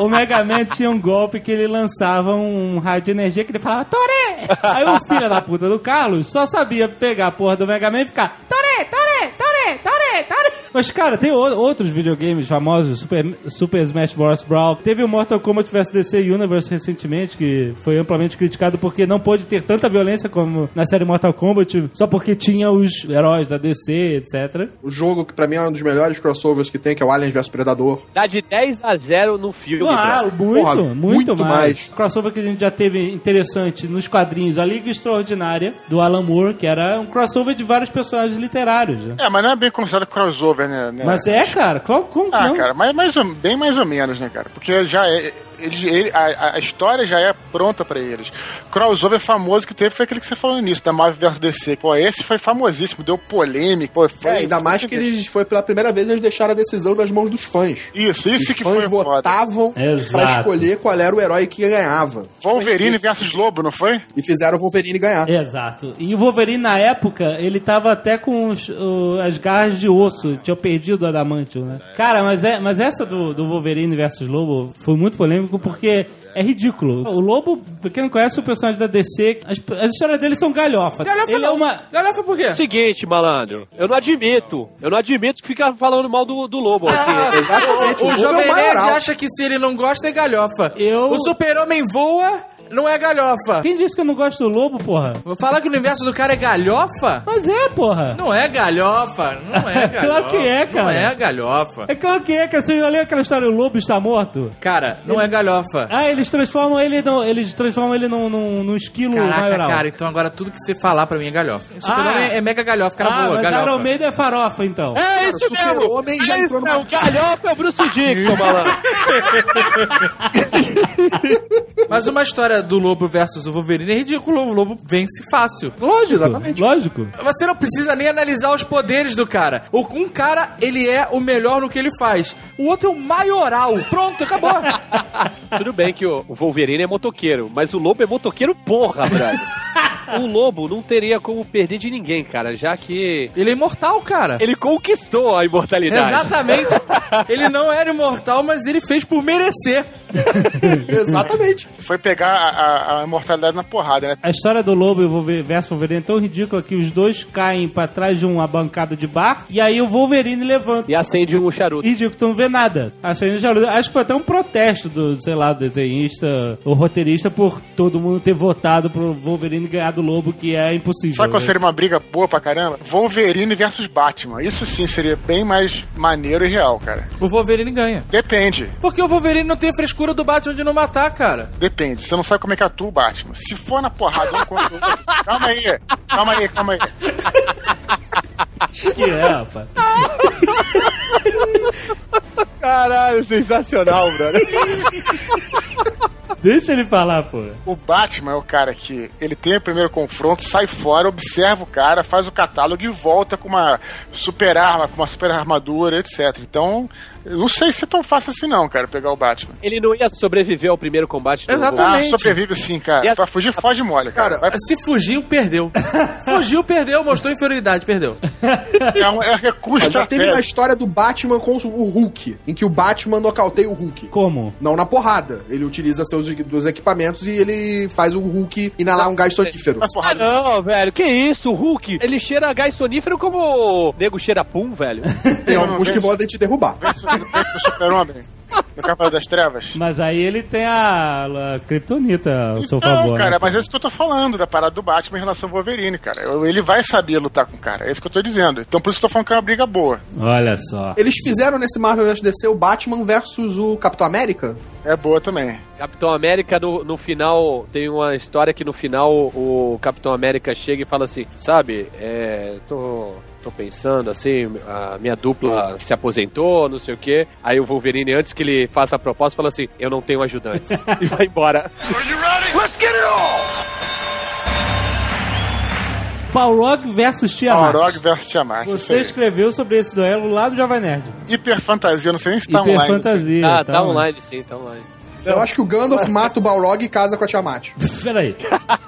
Speaker 2: o Mega Man tinha um golpe que ele lançava um raio de energia que ele falava Tore! Aí o filho da puta do Carlos só sabia pegar a porra do Mega Man e ficar Tore! Tore! Tore! Tore! Tore! Mas, cara, tem o- outros videogames famosos, Super, Super Smash Bros. Brawl. Teve o Mortal Kombat vs DC Universe recentemente, que foi amplamente criticado porque não pôde ter tanta violência como na série Mortal Kombat, só porque tinha os heróis da DC, etc.
Speaker 3: o jogo que pra mim é um dos melhores crossovers que tem, que é o Alien vs Predador.
Speaker 4: Dá de 10 a 0 no filme,
Speaker 2: Ah,
Speaker 4: brother.
Speaker 2: muito,
Speaker 3: Porra,
Speaker 2: muito,
Speaker 3: muito
Speaker 2: mais.
Speaker 3: mais.
Speaker 2: Crossover que a gente já teve interessante nos quadrinhos, A Liga Extraordinária, do Alan Moore, que era um crossover de vários personagens literários. né?
Speaker 5: É, mas não é bem considerado crossover, né? né?
Speaker 2: Mas é, cara, como, como
Speaker 5: Ah,
Speaker 2: não?
Speaker 5: cara, mas mais ou- bem mais ou menos, né, cara? Porque já é. Ele, ele- a, a história já é pronta pra eles. Crossover famoso que teve foi aquele que você falou no início, da Marvel vs DC. Pô, esse foi famosíssimo, deu polêmica. Pô, foi,
Speaker 3: É, ainda mais que eles foi pela primeira vez eles deixaram a decisão nas mãos dos fãs.
Speaker 5: Isso, isso
Speaker 3: Os
Speaker 5: que
Speaker 3: fãs
Speaker 5: foi foda.
Speaker 3: votavam pra
Speaker 2: Exato.
Speaker 3: escolher qual era o herói que ganhava.
Speaker 5: Wolverine versus Lobo, não foi?
Speaker 3: E fizeram o Wolverine ganhar.
Speaker 2: Exato. E o Wolverine, na época, ele tava até com os- o- as garras de osso. Tinha perdido o Adamantio, né? Cara, mas, é, mas essa do, do Wolverine versus Lobo foi muito polêmico porque é ridículo. O Lobo, pra quem não conhece é o personagem da DC, as, as histórias dele são galhofa.
Speaker 6: Galhofa
Speaker 2: ele
Speaker 6: não.
Speaker 2: é uma...
Speaker 6: Galhofa por quê?
Speaker 4: Seguinte, malandro, eu não admito, eu não admito que fica falando mal do, do Lobo aqui.
Speaker 3: Exatamente.
Speaker 6: Ah, O,
Speaker 3: Lobo
Speaker 6: Jovem
Speaker 3: é o
Speaker 6: Nerd
Speaker 3: maioral.
Speaker 6: acha que se ele não gosta é galhofa.
Speaker 2: Eu-
Speaker 6: O super-homem voa, não é galhofa.
Speaker 2: Quem disse que eu não gosto do Lobo, porra?
Speaker 6: Falar que o universo do cara é galhofa?
Speaker 2: Mas é, porra.
Speaker 6: Não é galhofa, não é galhofa.
Speaker 2: Claro que é, cara.
Speaker 6: Não é galhofa.
Speaker 2: É claro que é, cara. Você já leu aquela história, o Lobo está morto?
Speaker 6: Cara, não é galhofa.
Speaker 2: Ah, eles transformam ele num, eles transformam ele num, num, num esquilo
Speaker 6: Caraca,
Speaker 2: maioral.
Speaker 6: cara, então agora tudo que você falar pra mim é galhofa. O super-homem é mega galhofa, cara
Speaker 2: ah,
Speaker 6: boa,
Speaker 2: mas
Speaker 6: galhofa.
Speaker 2: Iron Maiden é farofa, então.
Speaker 4: É
Speaker 3: Ah, Cara,
Speaker 4: isso
Speaker 3: o
Speaker 4: mesmo!
Speaker 3: Super-Homem já
Speaker 4: É isso
Speaker 3: entrou Ah, numa-
Speaker 4: mesmo! Galhofa é o Bruce Dixon, malandro!
Speaker 6: Mas uma história do lobo versus o Wolverine é ridículo. O lobo vence fácil.
Speaker 2: Lógico,
Speaker 3: Exatamente.
Speaker 2: lógico.
Speaker 6: Você não precisa nem analisar os poderes do cara. O- Um cara, ele é o melhor no que ele faz. O outro é o maioral. Pronto, acabou.
Speaker 4: Tudo bem que o o Wolverine é motoqueiro, mas o Lobo é motoqueiro porra, brother. O Lobo não teria como perder de ninguém, cara, já que
Speaker 6: Ele é imortal, cara.
Speaker 4: ele conquistou a imortalidade.
Speaker 6: Exatamente. Ele não era imortal, mas ele fez por merecer.
Speaker 3: Exatamente.
Speaker 5: Foi pegar a, a- a imortalidade na porrada, né?
Speaker 2: A história do Lobo e o Wolver- versus Wolverine é tão ridícula que os dois caem pra trás de uma bancada de bar e aí o Wolverine levanta.
Speaker 4: E acende um charuto.
Speaker 2: Ridículo, tu não vê nada. Assim, já- Acho que foi até um protesto do, sei lá, desenhista ou roteirista por todo mundo ter votado pro Wolverine ganhar do Lobo, que é impossível.
Speaker 5: Sabe qual
Speaker 2: né?
Speaker 5: seria uma briga boa pra caramba? Wolverine versus Batman. Isso sim seria bem mais maneiro e real, cara.
Speaker 6: O Wolverine ganha.
Speaker 5: Depende,
Speaker 6: Porque o Wolverine não tem a frescura do Batman de não matar, cara.
Speaker 5: depende. Você não sabe como é que atua o Batman. Se for na porrada um contra o outro. Calma aí, calma aí, calma aí.
Speaker 2: que é, rapaz?
Speaker 4: Caralho, sensacional, brother.
Speaker 2: Deixa ele falar, pô.
Speaker 5: O Batman é o cara que ele tem o primeiro confronto, sai fora, observa o cara, faz o catálogo e volta com uma super arma, com uma super armadura, etc. Então, eu não sei se é tão fácil assim não, cara, pegar o Batman.
Speaker 4: Ele não ia sobreviver ao primeiro combate do
Speaker 6: Exatamente.
Speaker 5: Ah, sobrevive sim, cara.
Speaker 4: E a-
Speaker 5: Pra fugir, foge mole, cara.
Speaker 3: Cara,
Speaker 5: Vai
Speaker 6: É, Se fugiu, perdeu. Fugiu, perdeu, mostrou inferioridade, perdeu.
Speaker 5: É, um, é recurso
Speaker 3: Mas já teve uma
Speaker 5: estratégico.
Speaker 3: história do Batman com o Hulk, em que o Batman nocauteia o Hulk.
Speaker 2: Como?
Speaker 3: Não na porrada. Ele utiliza seus dos equipamentos e ele faz o Hulk inalar um gás sonífero.
Speaker 5: Uma
Speaker 4: Ah,
Speaker 5: porrada.
Speaker 4: não, velho, que isso, o Hulk? Ele cheira gás sonífero como o nego cheira pum, velho.
Speaker 3: Tem alguns que podem te derrubar.
Speaker 5: Versus- Ele pensa no super-homem. No Cavaleiro das Trevas.
Speaker 2: Mas aí ele tem a, a Kryptonita ao seu
Speaker 5: Então,
Speaker 2: favor. né?
Speaker 5: cara, mas é isso que eu tô falando, da parada do Batman em relação ao Wolverine, cara. Eu- Ele vai saber lutar com o cara, é isso que eu tô dizendo. Então por isso que eu tô falando que é uma briga boa.
Speaker 2: Olha só.
Speaker 3: Eles fizeram nesse Marvel vs DC o Batman versus o Capitão América?
Speaker 5: É boa também.
Speaker 4: Capitão América, no, no final, tem uma história que no final o Capitão América chega e fala assim: Sabe, é, tô, tô pensando assim, a minha dupla se aposentou, não sei o quê. Aí o Wolverine, antes que ele faça a proposta, fala assim: Eu não tenho ajudantes. e vai embora.
Speaker 2: Balrog versus Tiamat.
Speaker 5: Balrog versus Tiamat. isso
Speaker 2: Você
Speaker 5: aí.
Speaker 2: escreveu sobre esse duelo lá do Java Nerd.
Speaker 5: Hiperfantasia, não sei nem se tá online. assim.
Speaker 2: Hiperfantasia.
Speaker 4: ah, tá online sim, tá online.
Speaker 3: Eu acho que o Gandalf mata o Balrog e casa com a Tiamat.
Speaker 2: Peraí.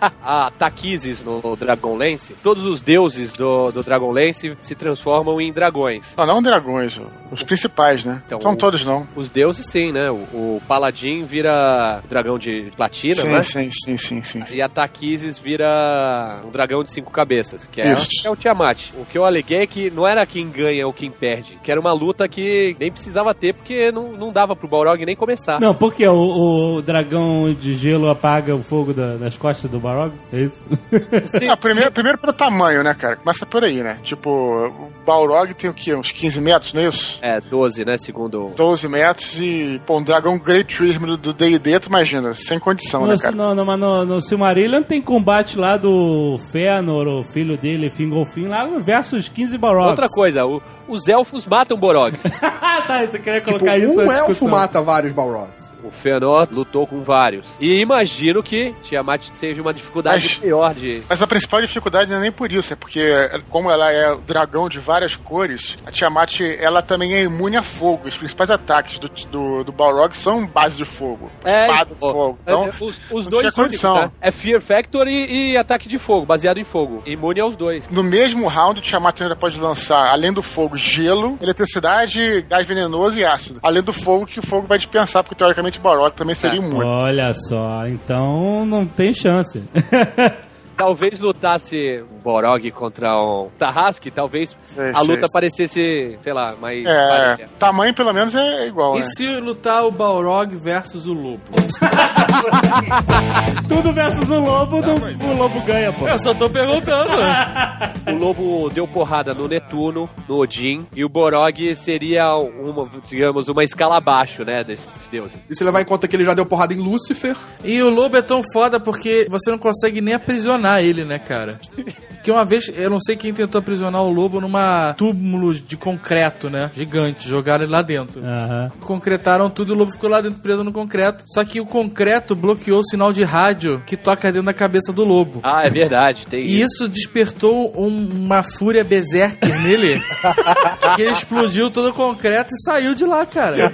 Speaker 4: a Ah, Takizis no Dragonlance, todos os deuses do, do Dragonlance se transformam em dragões.
Speaker 5: assim. Não, não dragões, os principais, né?
Speaker 4: Então,
Speaker 5: São
Speaker 4: o-
Speaker 5: todos não.
Speaker 4: Os deuses, sim, né? O, o Paladin vira dragão de platina,
Speaker 5: Sim,
Speaker 4: né?
Speaker 5: sim, sim, sim, sim.
Speaker 4: E a Takizis vira um dragão de cinco cabeças, que é,
Speaker 5: Isso.
Speaker 4: que é o Tiamat. O que eu aleguei é que não era quem ganha ou quem perde, que era uma luta que nem precisava ter, porque não, não dava pro Balrog nem começar.
Speaker 2: Não, porque o, o dragão de gelo apaga o fogo da- das costas do Balrog? É isso?
Speaker 4: Sim,
Speaker 5: Ah, primeiro, primeiro pelo tamanho, né, cara? Começa por aí, né? Tipo, o Balrog tem o quê? Uns 15 metros, não é isso?
Speaker 4: É, 12, né? Segundo.
Speaker 5: 12 metros e, pô, um dragão Great Wyrm do D&D, tu imagina, sem condição,
Speaker 2: Não,
Speaker 5: né, cara?
Speaker 2: não, não, mas no, no Silmarillion tem combate lá do Fëanor, o filho dele, Fingolfin, lá versus 15 Balrogs.
Speaker 4: Outra coisa, o- os elfos matam Borogs.
Speaker 2: ah, tá, você queria
Speaker 3: Tipo,
Speaker 2: colocar isso
Speaker 3: um
Speaker 2: na
Speaker 3: elfo
Speaker 2: discussão.
Speaker 3: mata vários Balrogs.
Speaker 4: O Fëanor lutou com vários. E imagino que Tiamat seja uma dificuldade
Speaker 5: Mas-
Speaker 4: maior de...
Speaker 5: Mas a principal dificuldade não é nem por isso, é porque, como ela é dragão de várias cores, a Tiamat, ela também é imune a fogo. Os principais ataques do, do, do Balrog são base de fogo.
Speaker 4: É,
Speaker 5: espada,
Speaker 4: pô.
Speaker 5: fogo. Então,
Speaker 4: É, os os
Speaker 5: não tinha
Speaker 4: dois únicos,
Speaker 5: condição.
Speaker 4: tá? É Fear Factor e, e ataque de fogo, baseado em fogo. Imune aos dois.
Speaker 5: No mesmo round, o Tiamat ainda pode lançar, além do fogo, gelo, eletricidade, gás venenoso e ácido. Além do fogo, que o fogo vai dispensar, porque teoricamente o Balrog também seria
Speaker 4: É,
Speaker 5: imune.
Speaker 2: Olha só, então não tem chance.
Speaker 4: Talvez lutasse um Borog contra um Tarrasque, talvez
Speaker 5: Sei,
Speaker 4: a
Speaker 5: sei,
Speaker 4: luta
Speaker 5: sei.
Speaker 4: parecesse, sei lá, mais
Speaker 5: É,
Speaker 4: parelha.
Speaker 5: tamanho pelo menos é igual,
Speaker 6: E
Speaker 5: né?
Speaker 6: se lutar o Balrog versus o Lobo?
Speaker 2: Tudo versus o lobo, não- o lobo ganha, pô.
Speaker 6: Eu só tô perguntando. né?
Speaker 4: O Lobo deu porrada no Netuno, no Odin, e o Borog seria uma, digamos, uma escala abaixo, né, desses deuses.
Speaker 3: E se levar em conta que ele já deu porrada em Lúcifer,
Speaker 6: E o lobo é tão foda porque você não consegue nem aprisionar ele, né, cara? Que uma vez, eu não sei quem tentou aprisionar o lobo numa túmulo de concreto, né? Gigante, jogaram ele lá dentro.
Speaker 2: Aham.
Speaker 6: Concretaram tudo e o lobo ficou lá dentro preso no concreto. Só que o concreto bloqueou o sinal de rádio que toca dentro da cabeça do lobo.
Speaker 4: Ah, é verdade, tem
Speaker 6: E isso despertou um- uma fúria berserker nele. que ele explodiu todo o concreto e saiu de lá, cara.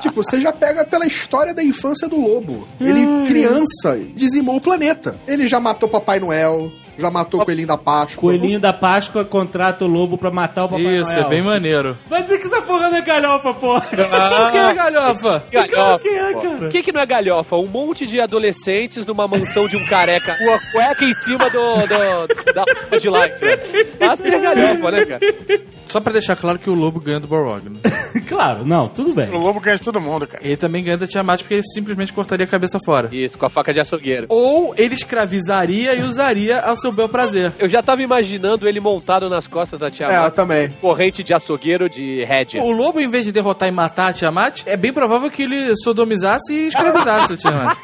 Speaker 3: tipo, você já pega pela história da infância do lobo. Ele, criança, dizimou o planeta. Ele já matou Papai Noel, já matou o Coelhinho da Páscoa.
Speaker 2: Coelhinho da Páscoa contrata o lobo pra matar o Papai
Speaker 6: Isso,
Speaker 2: Noel.
Speaker 6: é bem maneiro.
Speaker 2: Vai dizer que essa porra não é galhofa, porra.
Speaker 6: Por que, galhofa?
Speaker 4: Galhofa,
Speaker 2: que é,
Speaker 4: pô.
Speaker 2: cara?
Speaker 4: O que, que não é galhofa? Um monte de adolescentes numa mansão de um careca com a cueca em cima do, do- da roupa de lá. Basta ter galhofa, né, cara?
Speaker 6: Só pra deixar claro que o lobo ganha do Balrog, né?
Speaker 2: claro, não, tudo bem.
Speaker 5: O lobo ganha de todo mundo, cara.
Speaker 6: Ele também ganha da Tiamat porque ele simplesmente cortaria a cabeça fora.
Speaker 4: Isso, com a faca de açougueiro.
Speaker 6: Ou ele escravizaria e usaria ao seu bel prazer.
Speaker 4: Eu já tava imaginando ele montado nas costas da tia
Speaker 3: É,
Speaker 4: Mata,
Speaker 3: também.
Speaker 4: corrente de açougueiro de rédea.
Speaker 6: O lobo, em vez de derrotar e matar a Tiamat, é bem provável que ele sodomizasse e escravizasse a Tiamat.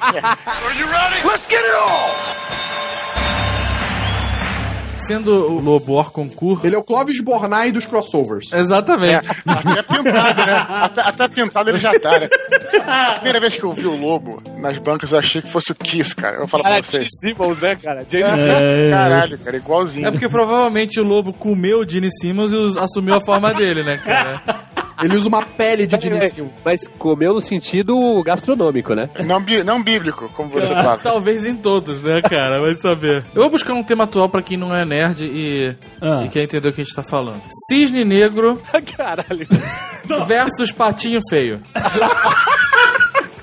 Speaker 6: Sendo o lobo Orconcourt...
Speaker 3: Ele é o Clovis Bornai dos crossovers.
Speaker 2: É.
Speaker 6: Exatamente.
Speaker 5: Até pintado, né? Até, até pintado ele já tá, né? A primeira vez que eu vi o lobo nas bancas, eu achei que fosse o Kiss, cara. Eu vou falar pra vocês.
Speaker 4: Simmons, né, cara? James
Speaker 2: É.
Speaker 5: Caralho, cara, igualzinho.
Speaker 6: É porque provavelmente o lobo comeu o Gene Simmons e os- assumiu a forma dele, né, cara?
Speaker 3: Ele usa uma pele de Dinizinho.
Speaker 4: Mas comeu no sentido gastronômico, né?
Speaker 5: Não, bí- não bíblico, como você fala.
Speaker 6: Talvez em todos, né, cara? Vai saber. Eu vou buscar um tema atual pra quem não é nerd e,
Speaker 2: Ah.
Speaker 6: e quer entender o que a gente tá falando. Cisne negro
Speaker 4: Caralho.
Speaker 6: versus patinho feio.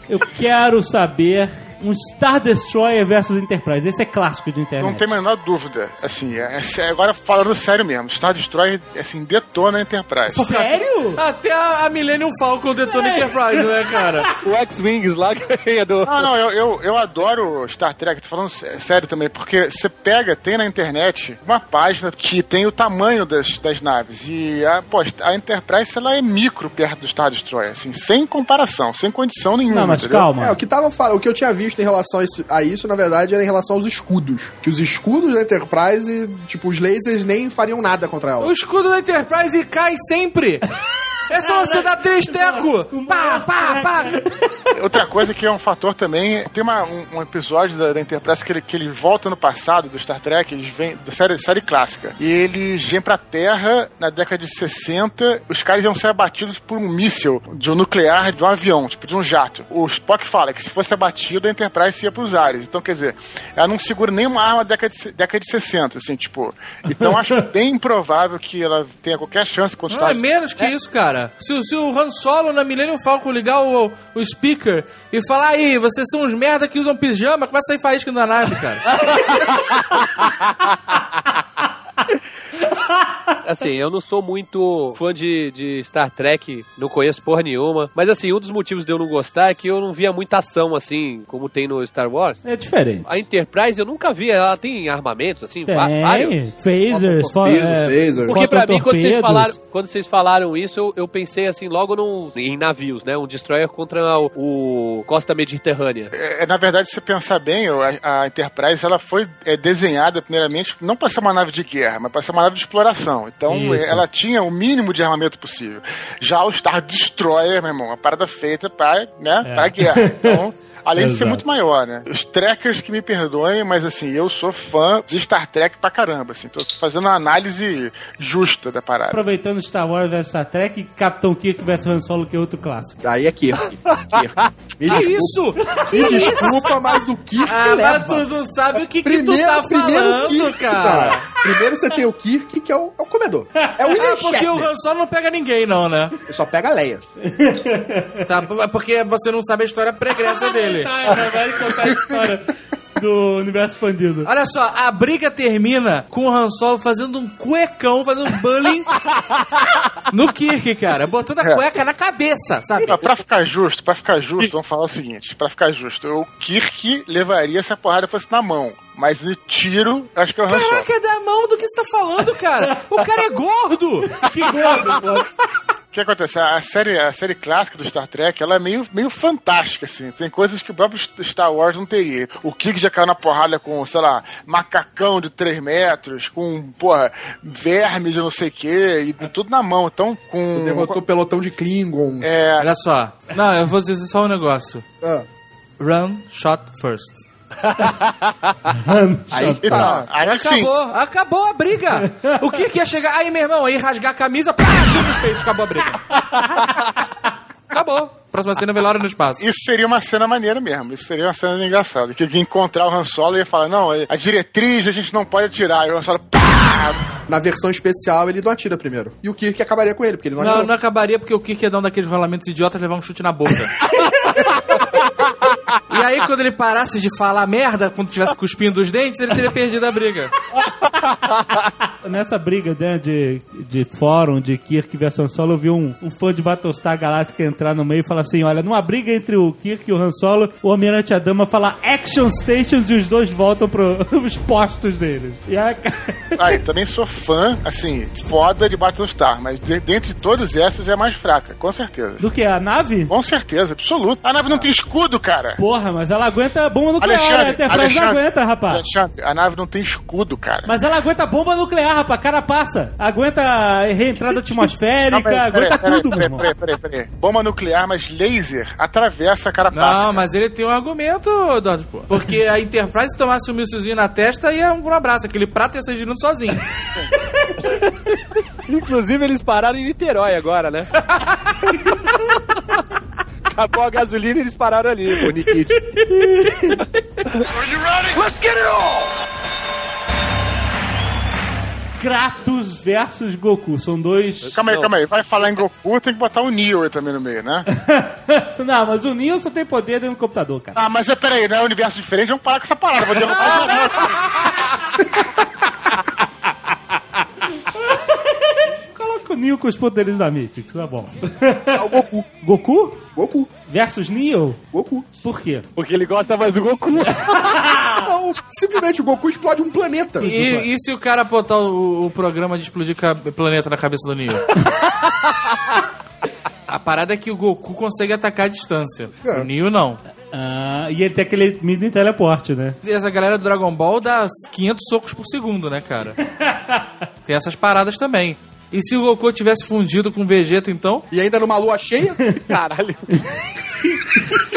Speaker 2: Eu quero saber um Star Destroyer versus Enterprise. Esse é clássico de internet.
Speaker 5: Não tem a menor dúvida. Assim, é- é sé- agora falando sério mesmo, Star Destroyer assim, detona a Enterprise.
Speaker 2: Sério?
Speaker 6: Até a, a Millennium Falcon detona
Speaker 2: É.
Speaker 6: Enterprise, né, cara?
Speaker 4: O X-Wings lá ganha do.
Speaker 5: Não, não, eu, eu, eu adoro Star Trek, tô falando sé- sério também, porque você pega, tem na internet uma página que tem o tamanho das, das naves. E a, pô, a Enterprise ela é micro perto do Star Destroyer, assim, sem comparação, sem condição nenhuma.
Speaker 2: Não, mas
Speaker 5: entendeu?
Speaker 2: calma.
Speaker 3: É, o que tava falando, o que eu tinha visto em relação a isso, a isso, na verdade, era em relação aos escudos. Que os escudos da Enterprise, tipo, os lasers nem fariam nada contra ela.
Speaker 6: O escudo da Enterprise cai sempre! É só você dar três teco! Pá, pá, pá!
Speaker 5: Outra coisa que é um fator também, tem uma- um, um episódio da, da Enterprise que, ele, que eles voltam no passado do Star Trek, eles vêm da série, série clássica. E eles vêm pra Terra na década de 60, os caras iam ser abatidos por um míssil de um nuclear de um avião, tipo de um jato. O Spock fala que se fosse abatido, a Enterprise ia pros ares. Então, quer dizer, ela não segura nenhuma arma da década de, se- década de 60, assim, tipo. Então, acho bem improvável que ela tenha qualquer chance contra o
Speaker 6: Não, é
Speaker 5: Star
Speaker 6: menos que isso, cara. Se, o- se o Han Solo na Millennium Falcon ligar o, o speaker e falar aí, vocês são uns merda que usam pijama, começa a sair faísca da nave, cara.
Speaker 4: Assim, eu não sou muito fã de, de Star Trek, não conheço porra nenhuma. Mas assim, um dos motivos de eu não gostar é que eu não via muita ação assim, como tem no Star Wars.
Speaker 2: É diferente.
Speaker 4: A Enterprise eu nunca vi, ela tem armamentos assim, va- vários.
Speaker 2: Tem. Phasers, fo-
Speaker 3: Torpedo,
Speaker 2: é,
Speaker 3: phaser.
Speaker 4: Porque pra mim, quando vocês,
Speaker 2: fototorpedos.
Speaker 4: falaram, quando vocês falaram isso, eu, eu pensei assim, logo num, em navios, né? Um destroyer contra o, o Costa Mediterrânea.
Speaker 5: É, é, na verdade, se você pensar bem, eu- a, a Enterprise ela foi é, desenhada primeiramente não para ser uma nave de guerra, mas para ser uma nave de exploração. Então,
Speaker 2: Isso.
Speaker 5: é, ela tinha o mínimo de armamento possível. Já o Star Destroyer, meu irmão, uma parada feita para né,
Speaker 2: É.
Speaker 5: pra guerra. Então, além de ser
Speaker 2: Exato.
Speaker 5: muito maior, né? Os trackers que me perdoem, mas assim, eu sou fã de Star Trek pra caramba, assim. Tô fazendo uma análise justa da parada.
Speaker 2: Aproveitando Star Wars vs Star Trek e Capitão Kirk vs Han Solo, que é outro clássico.
Speaker 3: Aí é Kirk. Kirk. Me
Speaker 6: Que
Speaker 3: desculpa,
Speaker 6: isso?
Speaker 3: Me desculpa, mas o Kirk
Speaker 6: Ah,
Speaker 3: leva.
Speaker 6: mas tu não sabe o que, que tu tá falando, cara.
Speaker 3: Primeiro você tem o Kirk, que é o, é o comedor. É o William
Speaker 6: É porque o
Speaker 3: Shatner.
Speaker 6: Han Solo não pega ninguém, não, né?
Speaker 3: Ele só pega a Leia.
Speaker 6: Tá, é porque você não sabe a história pregressa dele.
Speaker 2: Tá, é, vai contar a história do universo expandido.
Speaker 6: Olha só, a briga termina com o Han Solo fazendo um cuecão, fazendo um bullying no Kirk, cara. Botando
Speaker 2: É.
Speaker 6: a cueca na cabeça, sabe?
Speaker 5: Não, pra ficar justo, pra ficar justo, vamos falar o seguinte: pra ficar justo, o Kirk levaria se a porrada fosse na mão. Mas de tiro, acho que é o Han Solo.
Speaker 6: Caraca, é da mão do que você tá falando, cara. O cara é gordo.
Speaker 2: Que gordo, pô.
Speaker 5: O que acontece? A série, a série clássica do Star Trek, ela é meio, meio fantástica, assim. Tem coisas que o próprio Star Wars não teria. O Kirk já caiu na porrada com, sei lá, macacão de 3 metros, com, porra, verme de não sei o quê, e tudo na mão. Então, com...
Speaker 3: Derrotou o pelotão de Klingons.
Speaker 5: É,
Speaker 6: Olha só. Não, eu vou dizer só um negócio.
Speaker 3: Ah,
Speaker 6: Run, shot first.
Speaker 3: aí que tá.
Speaker 5: aí assim,
Speaker 6: Acabou, acabou a briga. O Kirk ia chegar, aí meu irmão, aí rasgar a camisa, pá, tiro nos peitos, acabou a briga. Acabou. Próxima cena, velório no espaço.
Speaker 5: Isso seria uma cena maneira mesmo. Isso seria uma cena engraçada. Que ia encontrar o Han Solo e ia falar: não, a diretriz a gente não pode atirar. E o Han Solo. Pá!
Speaker 3: Na versão especial, ele não atira primeiro. E o Kirk acabaria com ele, porque ele não,
Speaker 6: Não,
Speaker 3: atirou.
Speaker 6: não acabaria porque o Kirk ia dar um daqueles rolamentos idiotas e levar um chute na boca. e aí, quando ele parasse de falar merda, quando tivesse cuspindo os dentes, ele teria perdido a briga.
Speaker 2: Nessa briga né, de, de fórum de Kirk vs Han Solo, eu vi um, um fã de Battlestar Galactica entrar no meio e falar assim: olha, numa briga entre o Kirk e o Han Solo, o Almirante Adama fala Action Stations e os dois voltam pros postos deles. E a...
Speaker 5: Aí, também sou fã, assim, foda de Battlestar. Mas de- dentre todas essas é a mais fraca, com certeza.
Speaker 2: Do que? A nave?
Speaker 5: Com certeza, absoluto. A nave não tem escudo, cara.
Speaker 2: Porra, mas ela aguenta a bomba nuclear, né?
Speaker 5: Alexandre,
Speaker 2: Até a Enterprise não
Speaker 5: Alexandre,
Speaker 2: aguenta, rapaz.
Speaker 5: Alexandre, a nave não tem escudo, cara.
Speaker 2: Mas ela aguenta bomba nuclear, rapaz. Cara passa. Aguenta reentrada
Speaker 5: Não,
Speaker 2: atmosférica,
Speaker 5: mas
Speaker 2: aguenta tudo, meu
Speaker 5: peraí,
Speaker 2: irmão.
Speaker 5: peraí, peraí, peraí. Bomba nuclear, mas laser atravessa a carapaça.
Speaker 6: Não, mas ele tem um argumento, Dodge, pô. Porque a Enterprise tomasse um míssilzinho na testa e um abraço. Aquele prato ia sair girando sozinho.
Speaker 4: Inclusive, eles pararam em Niterói agora, né? Acabou a gasolina e eles pararam ali, o Nikit.
Speaker 2: Kratos versus Goku. São dois.
Speaker 5: Calma aí, calma aí. Vai falar em Goku, tem que botar o Neo aí também no meio, né?
Speaker 2: Não, mas o Neo só tem poder dentro do computador, cara.
Speaker 5: Ah, mas é, peraí, não é um universo diferente, vamos parar com essa parada. Vou derrubar essa merda.
Speaker 2: Coloca o Neo com os poderes da Mythics, tá bom.
Speaker 6: é
Speaker 3: Ah, o Goku.
Speaker 2: Goku
Speaker 3: Goku.
Speaker 2: versus Neo?
Speaker 3: Goku.
Speaker 2: Por quê?
Speaker 4: Porque ele gosta mais do Goku.
Speaker 3: Ah, Não, simplesmente o Goku explode um planeta.
Speaker 6: E, e se o cara botar o, o programa de explodir ca- planeta na cabeça do Neo? A parada é que o Goku consegue atacar a distância.
Speaker 3: É.
Speaker 6: O Neo não.
Speaker 2: Ah, e ele tem aquele mini teleporte, né?
Speaker 6: E essa galera do Dragon Ball dá 500 socos por segundo, né, cara? Tem essas paradas também. E se o Goku tivesse fundido com o Vegeta, então?
Speaker 3: E ainda numa lua cheia?
Speaker 4: Caralho.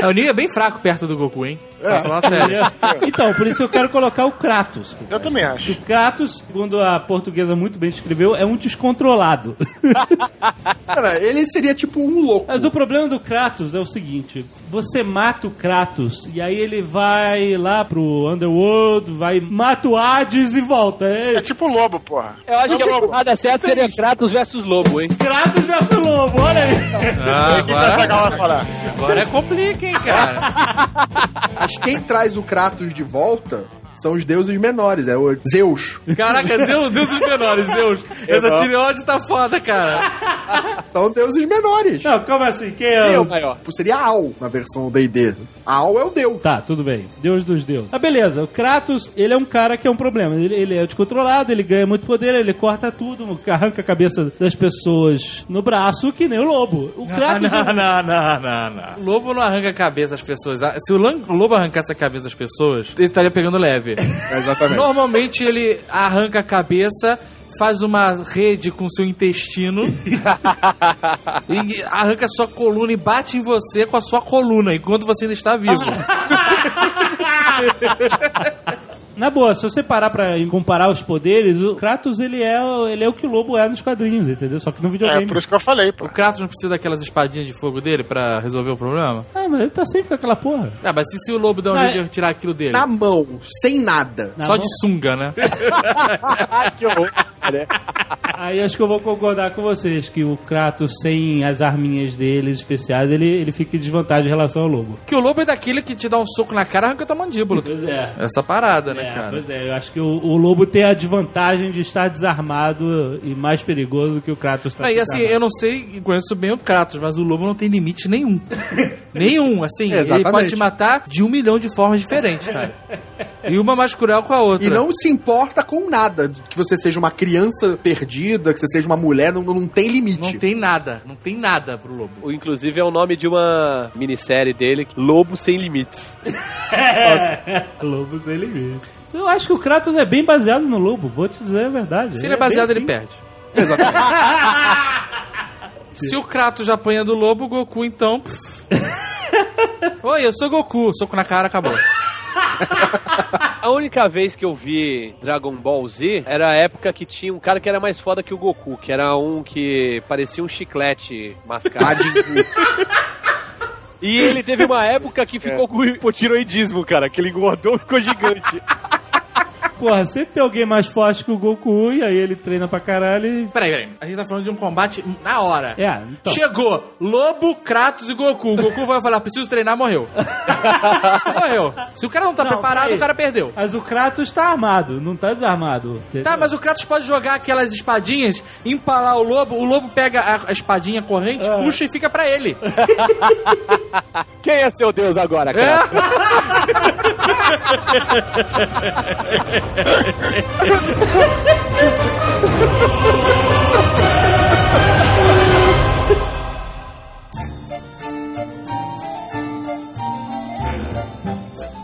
Speaker 6: O Neo é bem fraco perto do Goku, hein? Pra falar sério.
Speaker 2: Então, por isso eu quero colocar o Kratos.
Speaker 5: Eu também acho.
Speaker 2: Kratos, segundo a portuguesa muito bem descreveu, é um descontrolado.
Speaker 3: Cara, ele seria tipo um louco.
Speaker 2: Mas o problema do Kratos é o seguinte: você mata o Kratos e aí ele vai lá pro Underworld, vai mata o Hades e volta.
Speaker 5: É
Speaker 2: É
Speaker 5: tipo o lobo, porra.
Speaker 4: Eu acho que a porrada certa seria Kratos versus Lobo, hein?
Speaker 2: Kratos versus Lobo, olha aí.
Speaker 6: Ah,
Speaker 5: O que que essa
Speaker 6: agora,
Speaker 5: galera falar?
Speaker 6: agora é complica, hein, cara?
Speaker 3: Mas quem traz o Kratos de volta são os deuses menores, é o Zeus.
Speaker 6: Caraca, Zeus, Deus dos menores, Zeus. Essa tireoide tá foda, cara.
Speaker 3: São deuses menores.
Speaker 2: Não, como assim? Quem é? o-
Speaker 4: maior.
Speaker 3: Tipo, seria Al na versão D&D. Al é o deus.
Speaker 2: Tá, tudo bem. Deus dos deuses. Ah, beleza. O Kratos, ele é um cara que é um problema. Ele, ele é descontrolado, ele ganha muito poder, ele corta tudo, arranca a cabeça das pessoas no braço, que nem o lobo. O Kratos.
Speaker 6: não, não, não, não, não. O lobo não arranca a cabeça das pessoas. Ah, Se o lan- o lobo arrancasse a cabeça das pessoas, ele estaria pegando leve.
Speaker 3: É, Exatamente.
Speaker 6: Normalmente ele arranca a cabeça, faz uma rede com seu intestino e arranca a sua coluna e bate em você com a sua coluna enquanto você ainda está vivo.
Speaker 2: Na boa, se você parar pra comparar os poderes, o Kratos, ele é, o- ele é o que o lobo é nos quadrinhos, entendeu? Só que no videogame.
Speaker 5: É, por isso que eu falei,
Speaker 6: O
Speaker 5: pô.
Speaker 6: Kratos não precisa daquelas espadinhas de fogo dele pra resolver o problema?
Speaker 2: Ah, mas ele tá sempre com aquela porra.
Speaker 6: Ah, mas e se o lobo der um
Speaker 2: Não, é- Tá
Speaker 6: jeito de tirar aquilo dele?
Speaker 3: Na mão, sem nada.
Speaker 2: Na
Speaker 6: Só
Speaker 2: mão.
Speaker 6: de sunga, né?
Speaker 2: Aí acho que eu vou concordar com vocês que o Kratos, sem as arminhas dele especiais, ele, ele fica em desvantagem em relação ao lobo.
Speaker 6: Porque o lobo é daquele que te dá um soco na cara e arranca tua mandíbula.
Speaker 2: Pois é.
Speaker 6: Essa parada, né,
Speaker 2: É,
Speaker 6: cara?
Speaker 2: pois é, eu acho que o, o lobo tem a desvantagem de estar desarmado e mais perigoso do que o Kratos tá
Speaker 6: Não, e
Speaker 3: né?
Speaker 6: assim,
Speaker 2: desarmado.
Speaker 6: eu não sei, conheço bem o Kratos, mas o lobo não tem limite nenhum. nenhum, assim, ele
Speaker 3: Exatamente.
Speaker 6: pode te matar de um milhão de formas diferentes, cara. E uma mais cruel com a outra.
Speaker 3: E não se importa com nada. Que você seja uma criança perdida, que você seja uma mulher, não, não tem limite.
Speaker 6: Não tem nada, não tem nada pro lobo.
Speaker 4: O, Inclusive é o nome de uma minissérie dele, Lobo Sem Limites.
Speaker 6: é-
Speaker 2: Lobo sem limite. Eu acho que o Kratos é bem baseado no lobo, vou te dizer a verdade.
Speaker 6: Se ele é baseado,
Speaker 2: bem assim.
Speaker 6: ele perde.
Speaker 3: Exatamente.
Speaker 6: Se o Kratos já apanha do lobo, o Goku então. pff. Oi, eu sou Goku, soco na cara, acabou.
Speaker 4: A única vez que eu vi Dragon Ball Z era a época que tinha um cara que era mais foda que o Goku, que era um que parecia um chiclete mascado.
Speaker 3: Majin Buu.
Speaker 4: e ele teve uma época que ficou com hipotiroidismo, cara, que ele engordou e ficou gigante.
Speaker 2: Porra, sempre tem alguém mais forte que o Goku e aí ele treina pra caralho e...
Speaker 6: Peraí, peraí. A gente tá falando de um combate na hora.
Speaker 2: É, então.
Speaker 6: Chegou Lobo, Kratos e Goku. O Goku vai falar, preciso treinar, morreu. morreu. Se o cara não tá
Speaker 2: Não,
Speaker 6: preparado,
Speaker 2: peraí.
Speaker 6: o cara perdeu.
Speaker 2: Mas o Kratos tá armado, não tá desarmado.
Speaker 6: Tá, mas o Kratos pode jogar aquelas espadinhas, empalar o lobo, o lobo pega a, a espadinha corrente,
Speaker 2: Ah.
Speaker 6: puxa e fica pra ele.
Speaker 4: Quem é seu Deus agora, cara?
Speaker 6: É?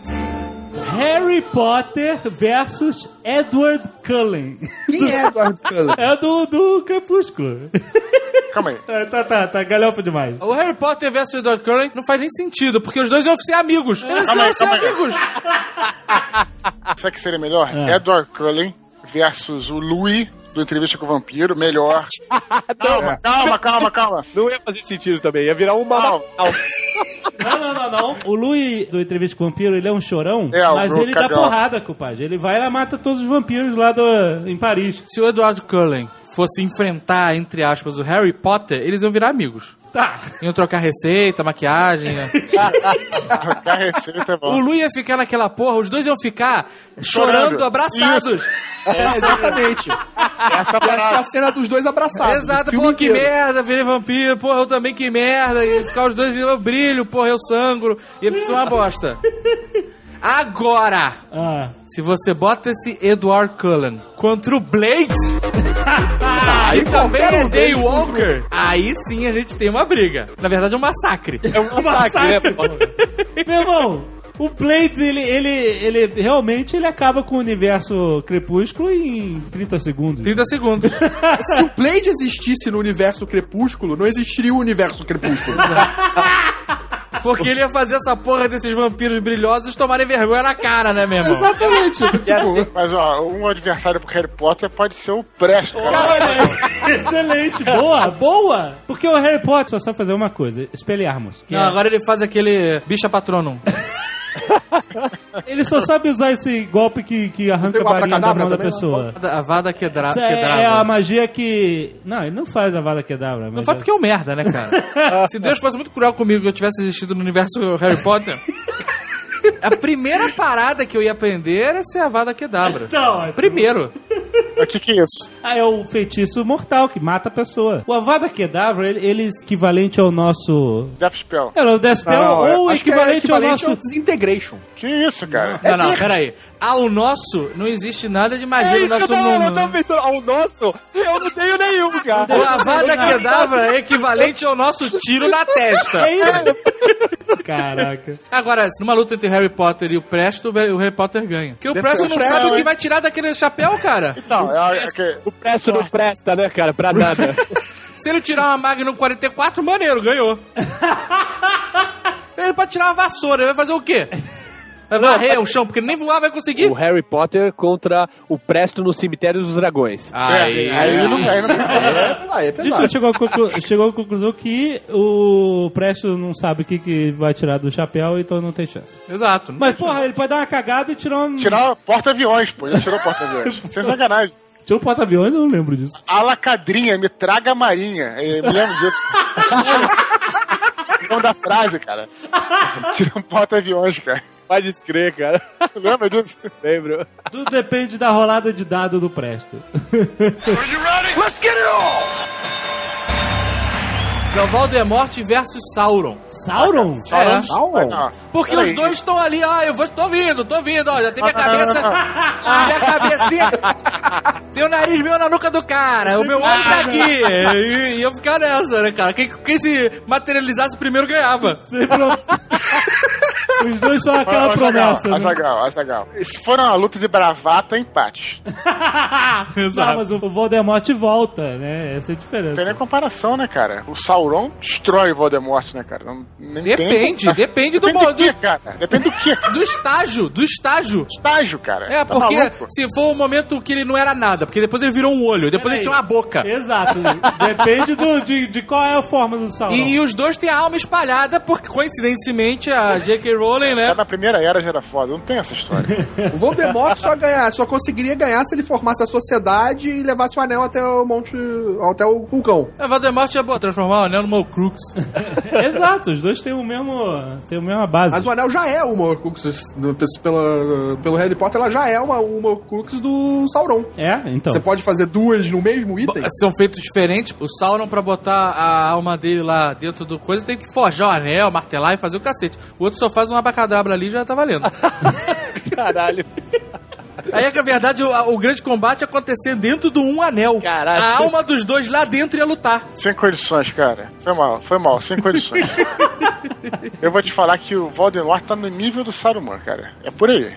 Speaker 2: Harry Potter versus Edward Cullen.
Speaker 3: Quem é Edward Cullen?
Speaker 2: É do, do Crepúsculo.
Speaker 5: Calma aí.
Speaker 2: É, tá, tá, tá, galhofa demais.
Speaker 6: O Harry Potter versus Edward Cullen não faz nem sentido, porque os dois iam ser
Speaker 2: É.
Speaker 6: amigos. Eles
Speaker 2: Ah,
Speaker 5: Calma aí,
Speaker 6: iam ser
Speaker 5: calma aí.
Speaker 6: amigos.
Speaker 5: Sabe o que seria melhor?
Speaker 2: É.
Speaker 5: Edward Cullen versus o Louis do Entrevista com o Vampiro, melhor. calma, calma, calma, calma.
Speaker 4: Não ia fazer sentido também, ia virar um uma.
Speaker 5: Não.
Speaker 2: Não, não, não, não. O Lui do Entrevista com o Vampiro, ele é um chorão,
Speaker 5: É, o
Speaker 2: mas
Speaker 5: Lu
Speaker 2: ele dá
Speaker 5: cagão.
Speaker 2: porrada, compadre. Ele vai lá mata todos os vampiros lá do, em Paris.
Speaker 6: Se o Edward Cullen fosse enfrentar, entre aspas, o Harry Potter, eles iam virar amigos.
Speaker 2: Tá.
Speaker 6: Iam trocar receita, maquiagem. né?
Speaker 5: Trocar receita é
Speaker 6: o
Speaker 5: bom.
Speaker 6: Lu ia ficar naquela porra, os dois iam ficar chorando,
Speaker 5: Chorando.
Speaker 6: abraçados.
Speaker 3: É, exatamente.
Speaker 5: Essa
Speaker 3: Ia ser a
Speaker 5: parada.
Speaker 3: cena dos dois abraçados. o
Speaker 6: Exato,
Speaker 3: filme
Speaker 6: porra, que
Speaker 3: inteiro.
Speaker 6: merda, virei vampiro, porra, eu também que merda. Ia ficar os dois eu brilho, porra, eu sangro. Ia ser uma bosta. Agora,
Speaker 2: Ah.
Speaker 6: se você bota esse Edward Cullen contra o Blade,
Speaker 3: Aí
Speaker 6: também
Speaker 3: qualquer
Speaker 6: é
Speaker 3: um deles
Speaker 6: Daywalker, aí sim a gente tem uma briga. Na verdade, é um massacre.
Speaker 4: É um massacre, né? Paulo?
Speaker 2: Meu irmão, o Blades, ele, ele, ele realmente ele acaba com o universo crepúsculo em 30 segundos.
Speaker 6: 30 segundos.
Speaker 3: Se o Blade existisse no universo Crepúsculo, não existiria o universo Crepúsculo.
Speaker 6: Porque ele ia fazer essa porra desses vampiros brilhosos tomarem vergonha na cara, né, meu irmão?
Speaker 3: Exatamente. tipo,
Speaker 5: Mas, ó, um adversário pro Harry Potter pode ser o Presto, cara.
Speaker 2: Olha aí, Excelente, boa, boa! Porque o Harry Potter só sabe fazer uma coisa: espelharmos. Que
Speaker 6: Não,
Speaker 2: é-
Speaker 6: agora ele faz aquele bicha patronum.
Speaker 2: Ele só sabe usar esse golpe que, que arranca
Speaker 3: tem
Speaker 2: a
Speaker 3: o
Speaker 2: varinha da
Speaker 3: abracadabra
Speaker 2: mão da
Speaker 3: também,
Speaker 2: pessoa.
Speaker 6: A vada quebra,
Speaker 2: Isso é,
Speaker 6: quebrava.
Speaker 2: é a magia que. Não, ele não faz a vada quedabra.
Speaker 6: Não faz porque é um merda, né, cara? Se Deus fosse muito cruel comigo e eu tivesse existido no universo Harry Potter, a primeira parada que eu ia aprender era ser a Vada Kedavra.
Speaker 2: Então,
Speaker 6: tipo- Primeiro.
Speaker 5: O que, que é isso?
Speaker 2: Ah, é o feitiço mortal que mata a pessoa. O Avada Kedavra, ele, ele é equivalente ao nosso.
Speaker 5: Death Spell.
Speaker 2: É, o Death Spell
Speaker 3: não,
Speaker 2: ou
Speaker 3: acho que é
Speaker 2: equivalente,
Speaker 3: equivalente
Speaker 2: ao
Speaker 3: ao
Speaker 2: nosso.
Speaker 3: Disintegration.
Speaker 5: Que isso, cara?
Speaker 6: Não, não, peraí. É Ao nosso, não existe nada de magia
Speaker 4: É
Speaker 6: no
Speaker 4: isso que eu
Speaker 6: nosso
Speaker 4: tava, eu
Speaker 6: mundo.
Speaker 4: tava pensando. Ao nosso, eu não tenho nenhum, cara.
Speaker 6: O Avada Kedavra é equivalente ao nosso tiro na testa.
Speaker 2: É isso? Caraca.
Speaker 6: Agora, numa luta entre Harry Potter e o Presto, o Harry Potter ganha. Porque o Presto não sabe o que vai tirar daquele chapéu, cara.
Speaker 5: Não, é, é que-
Speaker 4: O preço não presta, né, cara? Pra nada.
Speaker 6: Se ele tirar uma Magnum 44, maneiro, ganhou. ele pode tirar uma vassoura, ele vai fazer o quê? Vai varrer o chão, porque nem voar vai conseguir.
Speaker 4: o Harry Potter contra o Presto no Cemitério dos Dragões.
Speaker 6: Aí,
Speaker 5: aí não aí não-
Speaker 3: É pesado, é
Speaker 2: Então
Speaker 3: pesado.
Speaker 2: chegou, à conclu- chegou à conclusão que o Presto não sabe o que, que vai tirar do chapéu, então não tem chance.
Speaker 6: Exato.
Speaker 2: Mas, porra, ele pode dar uma cagada e tirar um.
Speaker 5: Tirar o porta-aviões, pô. Já tirou o porta-aviões. Sem sacanagem.
Speaker 2: Tira um porta-aviões, eu não lembro disso.
Speaker 5: Alacadrinha, me traga a marinha. É, me lembro disso. Sério. O nome da frase, cara. Tira um porta-aviões, cara.
Speaker 4: Pode escrever, cara.
Speaker 5: Lembra disso?
Speaker 4: Lembro.
Speaker 2: Tudo depende da rolada de dado do Presto.
Speaker 6: É o Voldemort versus Sauron.
Speaker 2: Sauron?
Speaker 6: É.
Speaker 3: Sauron?
Speaker 6: Porque os dois estão ali, ah, eu vou, tô vindo, tô vindo, ó, já tem minha
Speaker 5: Não, não,
Speaker 6: cabeça.
Speaker 5: não,
Speaker 6: Minha cabecinha. Tem o nariz meu na nuca do cara, o meu olho tá aqui. E, e eu ficar nessa, né, cara? Quem, quem se materializasse primeiro ganhava.
Speaker 2: Sem pro- Os dois são aquela promessa. né?
Speaker 5: Azagal, Azagal. Se for uma luta de bravata, empate. Não
Speaker 2: Não, mas o Voldemort volta, né? Essa é a
Speaker 5: tem
Speaker 2: diferença.
Speaker 5: nem comparação, né, cara? O Sauron destrói o Voldemort, né, cara? Não, nem tem nem
Speaker 6: Depende,
Speaker 5: comparação.
Speaker 6: depende do
Speaker 5: Depende do
Speaker 6: modo.
Speaker 5: que, cara? Depende do que?
Speaker 6: Do estágio, do estágio.
Speaker 5: Estágio, cara. Tá
Speaker 6: É, porque
Speaker 5: maluco?
Speaker 6: se for o momento que ele não era nada, porque depois ele virou um olho, depois ele tinha uma boca.
Speaker 2: Exato. Depende do, de, de qual é a forma do Sauron.
Speaker 6: E, e os dois têm a alma espalhada, porque coincidentemente a J.K. Rowling,
Speaker 5: Já
Speaker 6: né?
Speaker 5: na primeira era já era foda. Não tem essa história.
Speaker 3: O Voldemort só, ganhar, só conseguiria ganhar se ele formasse a sociedade e levasse o anel até o monte... até o vulcão.
Speaker 6: A Voldemort ia boa, transformar o anel no Horcrux.
Speaker 2: Exato, os dois têm o mesmo. Têm a mesma base.
Speaker 3: Mas o anel já é uma Horcrux, no- pela, pelo Harry Potter, ela já é uma, uma Horcrux do Sauron.
Speaker 2: É, então.
Speaker 3: Você pode fazer duas no mesmo item?
Speaker 6: São feitos diferentes. O Sauron, pra botar a alma dele lá dentro do coisa, tem que forjar o anel, martelar e fazer o cacete. O outro só faz uma abacadabra ali e já tá valendo.
Speaker 4: Caralho.
Speaker 6: Aí é que, na verdade, o, o grande combate ia acontecer dentro do um anel.
Speaker 4: Caralho.
Speaker 6: A alma dos dois lá dentro ia lutar.
Speaker 5: Sem condições, cara. Foi mal, foi mal, sem condições. Eu vou te falar que o Voldemort tá no nível do Saruman, cara. É por aí.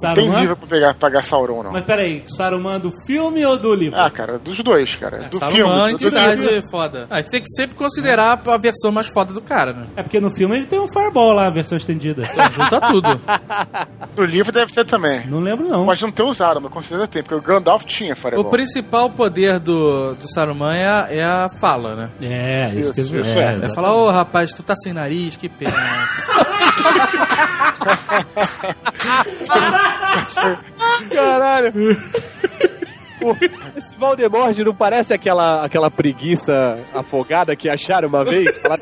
Speaker 5: Tem
Speaker 2: Saruman?
Speaker 5: nível pra pegar, pagar Sauron, não.
Speaker 2: Mas peraí, Saruman do filme ou do livro?
Speaker 5: Ah, cara, dos dois, cara. do filme.
Speaker 6: É, Saruman,
Speaker 5: do- do-
Speaker 6: entidade foda. Ah, tem que sempre considerar a versão mais foda do cara, né? Então,
Speaker 2: É porque no filme ele tem um fireball lá, a versão estendida.
Speaker 6: Junta tudo.
Speaker 5: do livro deve ter também.
Speaker 2: Não lembro, não.
Speaker 5: Pode não ter usado, mas com certeza tem, porque o Gandalf tinha
Speaker 2: É
Speaker 6: O
Speaker 5: Fireball.
Speaker 6: principal poder do, do Saruman é a, é a fala, né?
Speaker 2: É, isso,
Speaker 5: Isso,
Speaker 2: que
Speaker 5: isso é.
Speaker 2: é.
Speaker 6: É falar, ô rapaz, tu tá sem nariz, que pena.
Speaker 4: Caralho. Esse Valdemort não parece aquela, aquela preguiça afogada que acharam uma vez? Falaram,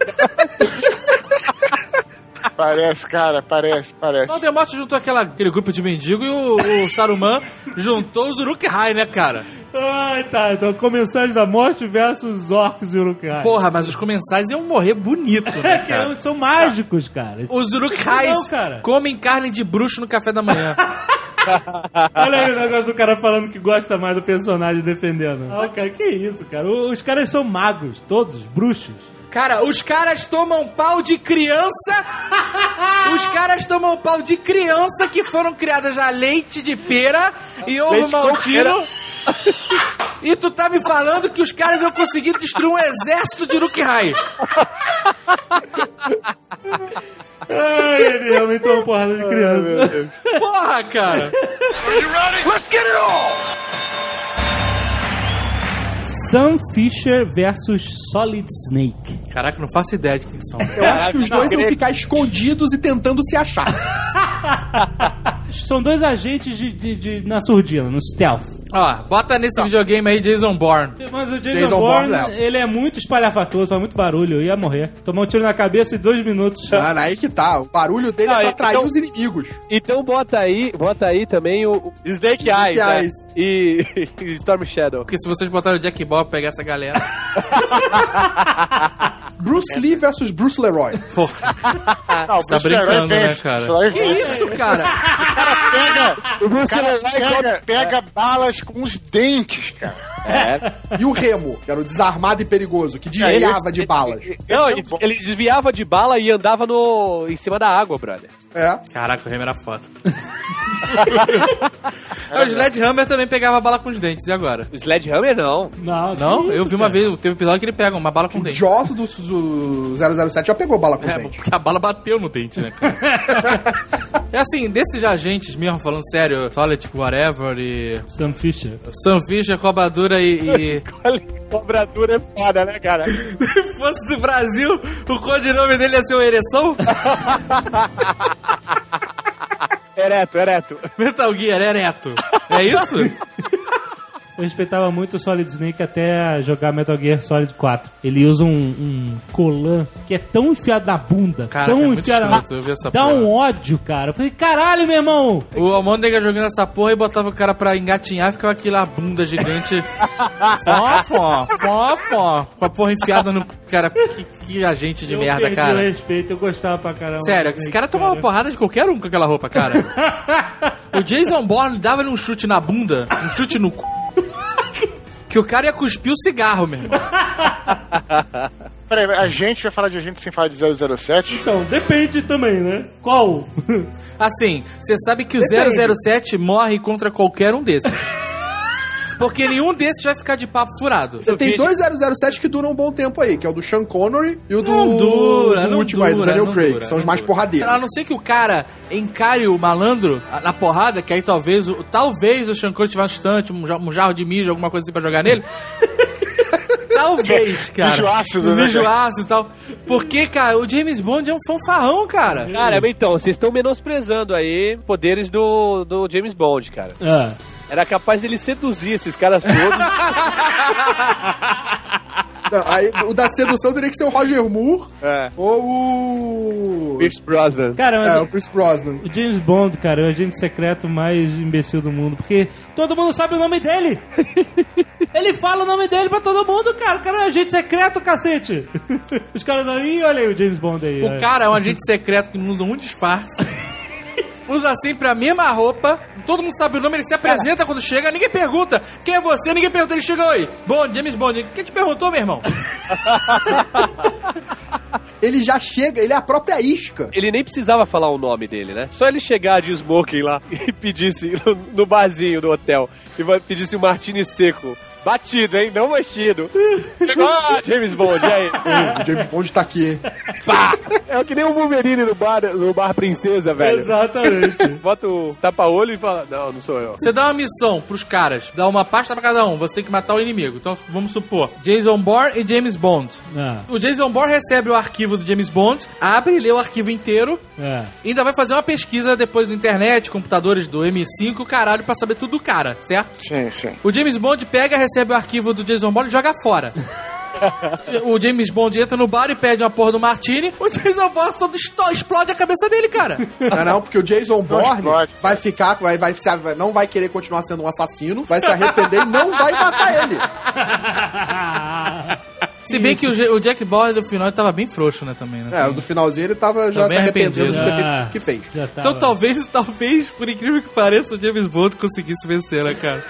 Speaker 5: Parece, cara, parece,
Speaker 6: O
Speaker 5: parece.
Speaker 6: Voldemort juntou aquela- aquele grupo de mendigo e o, o Saruman juntou os Uruk-hai, né, cara?
Speaker 2: Ai, tá. Então, Comensais da Morte versus Orcs e Urukai.
Speaker 6: Porra, mas os comensais iam morrer bonito, né,
Speaker 2: que
Speaker 6: cara?
Speaker 2: são mágicos, cara.
Speaker 6: Os Uruk-hais
Speaker 2: Não, cara.
Speaker 6: comem carne de bruxo no café da manhã.
Speaker 2: Olha aí o negócio do cara falando que gosta mais do personagem defendendo. Ah, cara, que isso, cara. O- Os caras são magos, todos, bruxos.
Speaker 6: Cara, os caras tomam pau de criança. Os caras tomam pau de criança que foram criadas a leite de pera e ovo
Speaker 4: Leite com
Speaker 6: maltino. E tu tá me falando que os caras vão conseguir destruir um exército de Uruk-hai.
Speaker 2: Ai, ele realmente tomou porrada de criança.
Speaker 6: Porra, cara.
Speaker 2: Sam Fisher versus Solid Snake.
Speaker 6: Caraca, não faço ideia de quem são.
Speaker 3: Eu acho que os dois vão ficar escondidos e tentando se achar.
Speaker 2: São dois agentes de, de- de- na surdina, no stealth.
Speaker 6: Ó, bota nesse videogame aí Jason Bourne.
Speaker 2: Mas o Jason,
Speaker 3: Jason
Speaker 2: Bourne,
Speaker 3: Bourne leva.
Speaker 2: ele é muito espalhafatoso, faz muito barulho, eu ia morrer. Tomou um tiro na cabeça em dois minutos.
Speaker 3: Mano, aí que tá. O barulho dele
Speaker 4: Ah,
Speaker 3: é pra
Speaker 4: então-
Speaker 3: atrair os inimigos.
Speaker 4: Então bota aí, bota aí também o o
Speaker 3: Snake
Speaker 4: Snake, Eyes, né?
Speaker 3: Eyes.
Speaker 4: E, e Storm Shadow.
Speaker 6: Porque se vocês botarem o Jack Bob pegar essa galera. É.
Speaker 3: Bruce Lee versus Bruce Leroy.
Speaker 6: Porra,
Speaker 5: Ah, o
Speaker 6: você tá
Speaker 5: Bruce Leroy
Speaker 6: brincando, né,
Speaker 5: vence.
Speaker 6: cara?
Speaker 5: Bruce Leroy
Speaker 6: que
Speaker 5: vence.
Speaker 6: isso, cara?
Speaker 5: Pega,
Speaker 4: O
Speaker 5: o
Speaker 4: Bruce
Speaker 5: cara
Speaker 4: Leroy
Speaker 5: pega,
Speaker 4: sobe-
Speaker 5: pega balas com os dentes, cara.
Speaker 4: É.
Speaker 3: E o Remo, que era o desarmado e perigoso,
Speaker 6: É,
Speaker 3: que desviava de balas.
Speaker 4: Não, ele, ele desviava de bala e andava no, em cima da água, brother.
Speaker 3: É.
Speaker 6: Caraca, o Hammer era foda. É o Sledgehammer também pegava bala com os dentes, e agora?
Speaker 4: O Sledgehammer não.
Speaker 2: Não,
Speaker 6: Não,
Speaker 2: que
Speaker 6: eu
Speaker 2: isso,
Speaker 6: vi uma
Speaker 2: cara.
Speaker 6: vez, teve um episódio que ele pega uma bala com o
Speaker 3: O
Speaker 6: dente.
Speaker 3: Joss do, do 007 já pegou bala com
Speaker 6: É,
Speaker 3: dente.
Speaker 6: porque a bala bateu no dente, né, cara? É assim, desses agentes mesmo, falando sério, Toilet, whatever, e.
Speaker 2: Sam Fisher.
Speaker 6: Sam Fischer, cobradura e. e...
Speaker 4: Olha, cobradura é foda, né, cara?
Speaker 6: Se fosse do Brasil, o codinome dele ia ser o Ereção?
Speaker 4: É Ereto, ereto.
Speaker 6: Metal Gear Ereto. É isso?
Speaker 2: Eu respeitava muito o Solid Snake até jogar Metal Gear Solid 4. Ele usa um, um colan que é tão enfiado na bunda,
Speaker 6: Caraca, é
Speaker 2: tão
Speaker 6: muito
Speaker 2: enfiado na
Speaker 6: escroto, eu vi essa
Speaker 2: Dá
Speaker 6: porra.
Speaker 2: um ódio, cara. Eu falei, caralho, meu irmão!
Speaker 6: O Almôndega jogando essa porra e botava o cara pra engatinhar, ficava aquela bunda gigante. Fó, fó, fó, fó. Com a porra enfiada no. Cara, que, que agente de
Speaker 2: eu
Speaker 6: merda,
Speaker 2: perdi O
Speaker 6: cara.
Speaker 2: respeito, eu gostava pra caramba.
Speaker 6: Sério,
Speaker 2: do
Speaker 6: esse
Speaker 2: Snake,
Speaker 6: cara tomava uma porrada de qualquer um com aquela roupa, cara. O Jason Bourne dava-lhe um chute na bunda, um chute no c... Que o cara ia cuspir o cigarro, meu irmão.
Speaker 5: Peraí, a gente vai falar de agente sem falar de 007?
Speaker 2: Então, depende também, né? Qual?
Speaker 6: Assim, você sabe que o
Speaker 3: Depende.
Speaker 6: 007 morre contra qualquer um desses. Porque nenhum desses vai ficar de papo furado.
Speaker 3: Você tem dois 007 que duram um bom tempo aí, que é o do Sean Connery e o do,
Speaker 6: Não dura,
Speaker 3: do
Speaker 6: não
Speaker 3: último aí, do
Speaker 6: dura,
Speaker 3: Daniel
Speaker 6: não
Speaker 3: Craig,
Speaker 6: dura,
Speaker 3: que são os
Speaker 6: não
Speaker 3: mais
Speaker 6: dura.
Speaker 3: porradeiros.
Speaker 6: A não ser que o cara encare o malandro na porrada, que aí talvez o, talvez o Shankar tiver um estante, um, ja- um jarro de mijo, alguma coisa assim pra jogar nele. talvez, cara.
Speaker 5: Mijo ácido, né,
Speaker 6: Mijo
Speaker 5: cara?
Speaker 6: ácido e tal. Porque, cara, o James Bond é um fanfarrão, cara.
Speaker 4: Cara, mas então, vocês estão menosprezando aí poderes do, do James Bond, cara.
Speaker 2: Ah,
Speaker 4: Era capaz dele seduzir esses caras todos.
Speaker 3: Não, aí, o da sedução teria que ser o Roger Moore
Speaker 4: É.
Speaker 3: ou o.
Speaker 4: Pierce Brosnan.
Speaker 2: cara, mas
Speaker 3: É, o Chris Brosnan.
Speaker 2: o James Bond, cara, é o agente secreto mais imbecil do mundo, porque todo mundo sabe o nome dele! Ele fala o nome dele pra todo mundo, cara! O cara é um agente secreto, cacete! Os caras não. Ih, olha aí o James Bond aí.
Speaker 6: O
Speaker 2: olha.
Speaker 6: cara é um agente secreto que não usa um disfarce. Usa sempre a mesma roupa, todo mundo sabe o nome, ele se apresenta quando chega, ninguém pergunta quem é você, ninguém pergunta, ele chega, oi, Bond, James Bond, quem te perguntou, meu irmão?
Speaker 3: Ele já chega, ele é a própria isca.
Speaker 4: Ele nem precisava falar o nome dele, né? Só ele chegar de smoking lá e pedisse no, no barzinho do hotel e vai- pedisse um martini seco. Batido, hein? Não mexido. Chegou, ah, James Bond, e aí?
Speaker 3: Ih, o James Bond tá aqui, hein?
Speaker 4: É que nem o Wolverine no bar, no bar princesa, velho.
Speaker 2: Exatamente.
Speaker 4: Bota o tapa-olho e fala, não, não sou eu.
Speaker 6: Você dá uma missão pros caras, dá uma pasta pra cada um, você tem que matar o inimigo. Então vamos supor, Jason Bourne e James Bond. né?
Speaker 2: Ah,
Speaker 6: O Jason Bourne recebe o arquivo do James Bond, abre e lê o arquivo inteiro,
Speaker 2: é.
Speaker 6: e ainda vai fazer uma pesquisa depois na internet, computadores do M5, caralho, pra saber tudo do cara, certo?
Speaker 5: Sim, sim.
Speaker 6: O James Bond pega, recebe o arquivo do Jason Bond e joga fora. o James Bond entra no bar e pede uma porra do Martini, o Jason Bond só desto- explode a cabeça dele, cara.
Speaker 3: Não, é não, porque o Jason Bourne
Speaker 5: explode.
Speaker 3: vai ficar, vai, vai, se- não vai querer continuar sendo um assassino, vai se arrepender e não vai matar ele.
Speaker 6: Se bem que o, J- o Jack Bauer no final ele tava bem frouxo, né, também, né?
Speaker 3: É, o do finalzinho ele tava já
Speaker 6: Tá
Speaker 3: se
Speaker 6: bem
Speaker 3: arrependendo de ter
Speaker 2: arrependido.
Speaker 3: feito o que fez.
Speaker 2: Já tá,
Speaker 6: Então
Speaker 2: ó.
Speaker 6: talvez, talvez, por incrível que pareça, o James Bond conseguisse vencer, né, cara?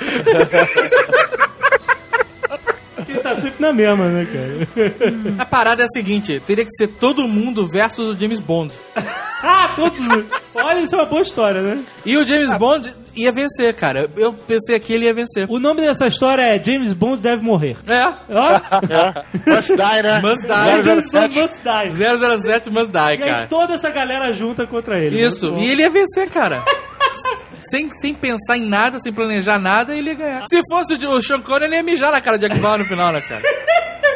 Speaker 2: Ele tá sempre na mesma, né, cara?
Speaker 6: A parada é a seguinte, teria que ser todo mundo versus o James Bond.
Speaker 2: ah, todos. Olha, isso é uma boa história, né?
Speaker 6: E o James Bond ia vencer, cara. Eu pensei que ele ia vencer.
Speaker 2: O nome dessa história é James Bond deve morrer.
Speaker 6: É,
Speaker 2: Ó,
Speaker 5: Must die, né?
Speaker 6: must die.
Speaker 2: James Bond must die.
Speaker 6: 007 must die,
Speaker 2: E aí
Speaker 6: É cara.
Speaker 2: toda essa galera junta contra ele. né?
Speaker 6: Isso,
Speaker 2: Muito bom.
Speaker 6: e ele ia vencer, cara. Sem, sem pensar em nada, sem planejar nada, ele ia ganhar. Se fosse o, o Sean Connery, ele ia mijar na cara de Jack Bauer no final, né, cara?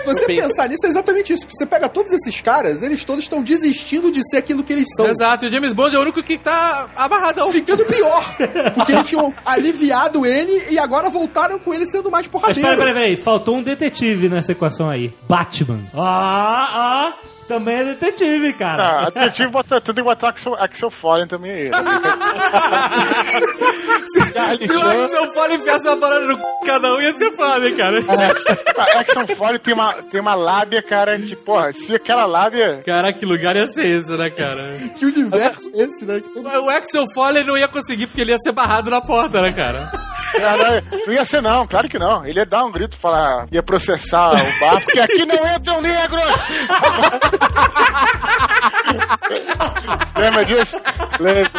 Speaker 3: Se você pensar nisso, é exatamente isso. Você pega todos esses caras, eles todos estão desistindo de ser aquilo que eles são.
Speaker 6: Exato, e o James Bond é o único que tá amarradão.
Speaker 3: Ficando pior, porque eles tinham aliviado ele e agora voltaram com ele sendo mais
Speaker 2: Mas peraí, peraí,
Speaker 3: porradeiro.
Speaker 2: peraí. Faltou um detetive nessa equação aí. Batman. Ah, ah. Também é detetive, cara.
Speaker 5: Ah, detetive bota, tu tem que botar Axel, Axel Fallen também aí. né?
Speaker 6: Se o Axel Foley enfiasse uma parada no c... cada um, ia
Speaker 2: é
Speaker 6: ser foda, hein, cara.
Speaker 5: É. A Ah, Axel Foley tem uma, tem uma lábia, cara, que, porra, se aquela lábia.
Speaker 6: Caraca, que lugar ia ser esse, né, cara?
Speaker 3: Que universo é esse, né?
Speaker 6: O Axel Foley não ia conseguir porque ele ia ser barrado na porta, né, cara?
Speaker 5: Caralho, Não ia ser, não, claro que não. Ele ia dar um grito, falar, ia processar o bar, porque aqui não é entram negros! Lembra disso? Lembra.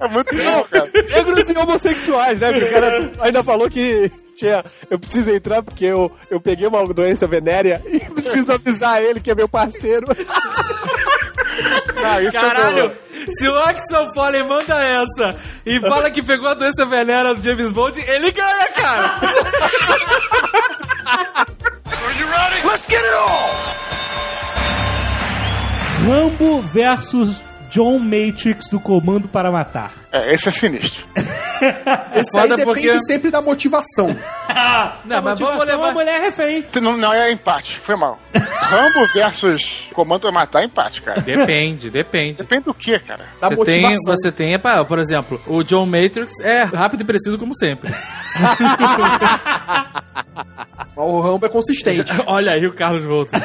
Speaker 5: É muito bom, cara.
Speaker 4: Negros e homossexuais, né? Porque o cara ainda falou que tinha, eu preciso entrar porque eu, eu peguei uma doença venérea e preciso avisar ele que é meu parceiro.
Speaker 5: Não, isso é
Speaker 6: Caralho,
Speaker 5: bom.
Speaker 6: se o Axel Foley manda essa e fala que pegou a doença venérea do James Bond, ele ganha, cara!
Speaker 2: Rambo versus John Matrix do Comando para Matar.
Speaker 5: É, esse é sinistro.
Speaker 3: Esse aí
Speaker 6: foda
Speaker 3: depende
Speaker 6: porque-
Speaker 3: sempre da motivação.
Speaker 6: Não, mas vamos
Speaker 2: Motivação, A
Speaker 6: levar...
Speaker 2: mulher é refém.
Speaker 5: Não, não, é empate, foi mal. Rambo versus Comando pra Matar, é empate, cara.
Speaker 6: Depende, depende.
Speaker 5: Depende do que, cara?
Speaker 3: Da
Speaker 6: Você
Speaker 3: motivação.
Speaker 6: tem, você tem, epa, por exemplo, o John Matrix é rápido e preciso como sempre.
Speaker 3: O Rambo é consistente.
Speaker 6: Olha aí o Carlos volta.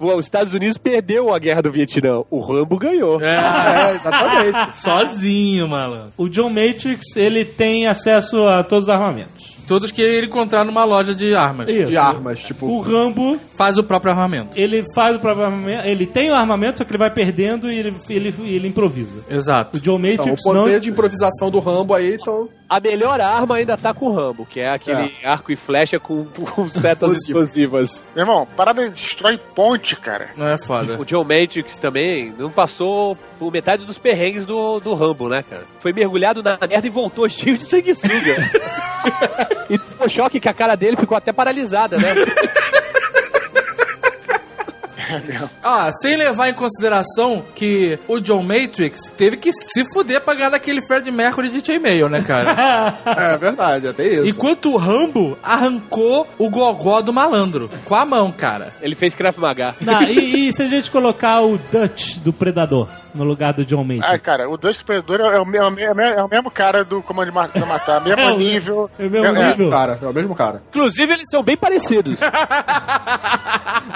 Speaker 4: Os Estados Unidos perdeu a guerra do Vietnã. O Rambo ganhou.
Speaker 6: É,
Speaker 3: É, exatamente.
Speaker 6: sozinho, malandro.
Speaker 2: O John Matrix, ele tem acesso a todos os armamentos.
Speaker 6: Todos que ele encontrar numa loja de armas.
Speaker 2: Isso.
Speaker 3: De armas, tipo.
Speaker 2: O Rambo,
Speaker 6: Faz o próprio armamento.
Speaker 2: ele faz o próprio armamento, ele tem o armamento, só que ele vai perdendo e ele, ele, ele improvisa. O
Speaker 6: Exato.
Speaker 2: John
Speaker 3: Então, o
Speaker 2: Matrix não...
Speaker 3: poder de improvisação do Rambo aí, então.
Speaker 4: A melhor arma ainda tá com o Rambo, que é aquele arco e flecha com, com setas
Speaker 3: Explosivo.
Speaker 4: explosivas.
Speaker 5: Meu irmão, parada de destrói ponte, cara.
Speaker 6: Não é foda.
Speaker 4: O John Matrix também não passou por metade dos perrengues do, do Rambo, né, cara? Foi mergulhado na merda e voltou cheio de sanguessuga. e o choque que a cara dele ficou até paralisada, né?
Speaker 6: Ah, sem levar em consideração que o John Matrix teve que se fuder pra ganhar daquele Fred Mercury de chainmail, né, cara?
Speaker 3: É verdade, até isso.
Speaker 6: Enquanto o Rambo arrancou o gogó do malandro. Com a mão, cara.
Speaker 4: Ele fez Krav Maga.
Speaker 2: Não, e, e se a gente colocar o Dutch do Predador no lugar do John Matrix?
Speaker 5: Ah, cara, o Dust Predador é o, me- é o me- é o me- é o mesmo cara do Comando de Ma- pra Matar, mesmo
Speaker 2: É o-
Speaker 5: nível.
Speaker 2: é o mesmo nível.
Speaker 3: Cara, é o mesmo cara.
Speaker 4: Inclusive, eles são bem parecidos.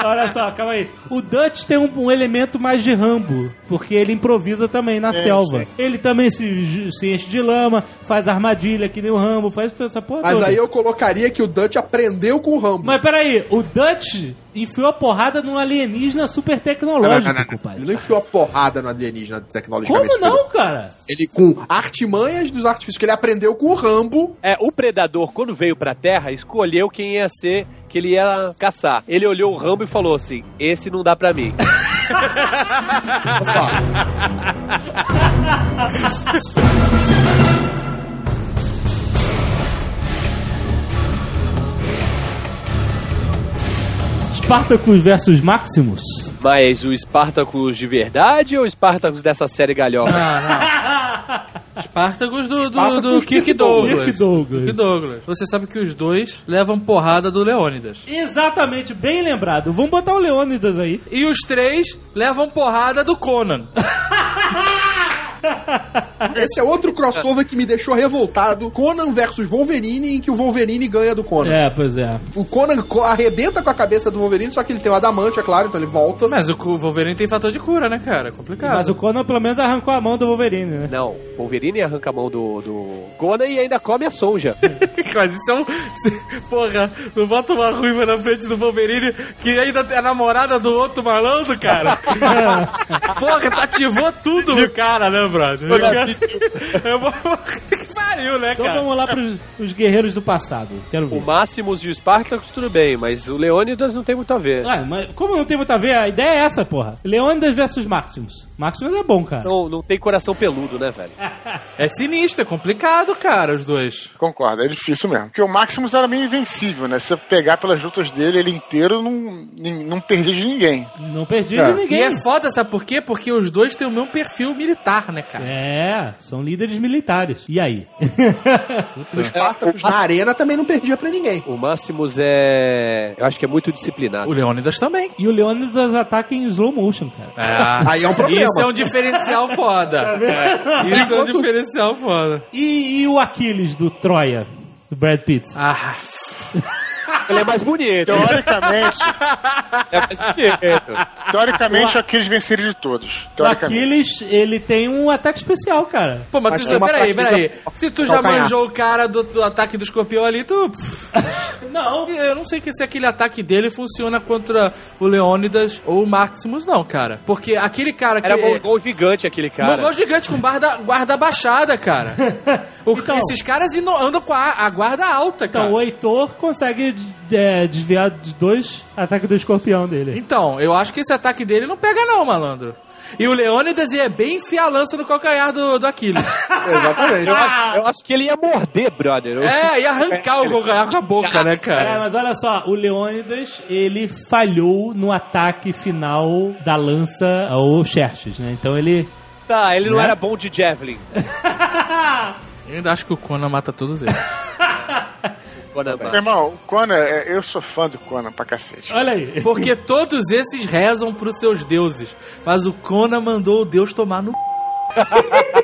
Speaker 2: Olha só, calma aí. O Dutch tem um, um elemento mais de Rambo, porque ele improvisa também
Speaker 3: É,
Speaker 2: na selva. Ele também se, ju- se enche de lama, faz armadilha que nem o Rambo, faz toda essa porra
Speaker 3: Mas
Speaker 2: toda.
Speaker 3: aí eu colocaria que o Dante aprendeu com o Rambo.
Speaker 2: Mas peraí, o Dutch enfiou a porrada num alienígena super
Speaker 3: Não, não,
Speaker 2: tecnológico,
Speaker 3: não,
Speaker 2: compadre.
Speaker 3: Ele não enfiou a porrada no alienígena tecnologicamente.
Speaker 2: Como não, cara?
Speaker 3: Ele com artimanhas dos artifícios que ele aprendeu com o Rambo.
Speaker 4: É, o predador, quando veio pra Terra, escolheu quem ia ser que ele ia caçar. Ele olhou o Rambo e falou assim: esse não dá pra mim.
Speaker 3: Olha só.
Speaker 2: Spartacus versus Maximus?
Speaker 4: Mas o Spartacus de verdade ou o Spartacus dessa série galhofa?
Speaker 6: Espartagos do, do, do
Speaker 3: Espartacus
Speaker 6: Kirk
Speaker 3: Kirk
Speaker 6: Douglas.
Speaker 2: Kirk Douglas.
Speaker 6: Kirk Douglas. Você sabe que os dois levam porrada do Leônidas.
Speaker 2: Exatamente, bem lembrado. Vamos botar o Leônidas aí.
Speaker 6: E os três levam porrada do Conan.
Speaker 3: Esse é outro crossover que me deixou revoltado. Conan versus Wolverine, em que o Wolverine ganha do Conan.
Speaker 2: É, pois é.
Speaker 3: O Conan co- arrebenta com a cabeça do Wolverine, só que ele tem o adamante, é claro, então ele volta.
Speaker 6: Mas o cu- Wolverine tem fator de cura, né, cara? É complicado.
Speaker 2: Mas o Conan pelo menos arrancou a mão do Wolverine, né?
Speaker 4: Não, Wolverine arranca a mão do, do Conan e ainda come a Sonja.
Speaker 6: Mas isso é um. Porra, não bota uma ruiva na frente do Wolverine que ainda é namorada do outro malandro, cara. Porra, tu ativou tudo no cara, né, brother? O cara- É uma- que pariu, né,
Speaker 2: Então
Speaker 6: cara?
Speaker 2: vamos lá pros os guerreiros do passado. Quero
Speaker 4: O
Speaker 2: ver.
Speaker 4: Máximos e o Spartacus, tudo bem, mas o Leônidas não tem muito a ver.
Speaker 2: Ah, mas como não tem muito a ver, a ideia é essa, porra. Leônidas versus Maximus. Maximus é bom, cara.
Speaker 4: Não, não tem coração peludo, né, velho?
Speaker 6: É sinistro, é complicado, cara, os dois.
Speaker 5: Concordo, é difícil mesmo. Porque o Maximus era meio invencível, né? Se você pegar pelas lutas dele, ele inteiro não, nin- não perdia de ninguém.
Speaker 2: Não perdi
Speaker 3: É.
Speaker 2: de
Speaker 6: Então, E
Speaker 2: ninguém.
Speaker 6: é foda, sabe por quê? Porque os dois têm o mesmo perfil militar, né, cara?
Speaker 2: É, são líderes militares. E aí?
Speaker 3: Os Spartacus na arena também não perdia pra ninguém.
Speaker 4: O Máximos é. Eu acho que é muito disciplinado.
Speaker 6: O Leônidas também.
Speaker 2: e o Leônidas ataca em slow motion, cara.
Speaker 3: Aí é um problema.
Speaker 6: Isso é um diferencial foda. É, Isso é um
Speaker 3: Enquanto-
Speaker 6: diferencial foda.
Speaker 2: E, e o Aquiles do Troia, do Brad Pitt?
Speaker 6: Ah,
Speaker 4: Ele é mais bonito.
Speaker 5: Teoricamente,
Speaker 4: É mais bonito.
Speaker 5: teoricamente, é aqueles venceram de todos.
Speaker 2: o
Speaker 5: Teoricamente.
Speaker 2: Aquiles, ele tem um ataque especial, cara.
Speaker 6: Pô, mas,
Speaker 3: Mas
Speaker 6: tu
Speaker 3: tem
Speaker 6: já,
Speaker 3: uma
Speaker 6: peraí, peraí.
Speaker 3: fraqueza
Speaker 6: Se tu já
Speaker 3: calcanhar.
Speaker 6: manjou o cara do, do ataque do escorpião ali, tu. pff. não, eu não sei que se aquele ataque dele funciona contra o Leônidas ou o Maximus, não, cara. Porque aquele cara que. é
Speaker 4: Era mongol gigante aquele cara.
Speaker 6: Mongol gigante com guarda, guarda baixada, cara. O-
Speaker 2: Então-
Speaker 6: esses caras ino- andam com a, a guarda alta, cara.
Speaker 2: Então, o Heitor consegue de- é, desviar dos dois ataques do escorpião dele.
Speaker 6: Então, eu acho que esse ataque dele não pega, não, malandro. E o Leônidas ia bem enfiar a lança no calcanhar do, do Aquiles.
Speaker 3: Exatamente.
Speaker 4: Eu, acho, eu acho que ele ia morder, brother. Eu-
Speaker 6: é, ia arrancar o calcanhar com a boca, né,
Speaker 2: É,
Speaker 6: cara?
Speaker 2: mas olha só, o Leônidas, ele falhou no ataque final da lança ao Xerxes, né? Então ele...
Speaker 4: Tá, ele não
Speaker 2: Né?
Speaker 4: era bom de javelin.
Speaker 6: Eu ainda acho que o Conan mata todos eles.
Speaker 5: Meu irmão, o Conan, é- eu sou fã do Conan pra cacete.
Speaker 2: Olha aí.
Speaker 6: Porque todos esses rezam pros seus deuses. Mas o Conan mandou o Deus tomar no. c****.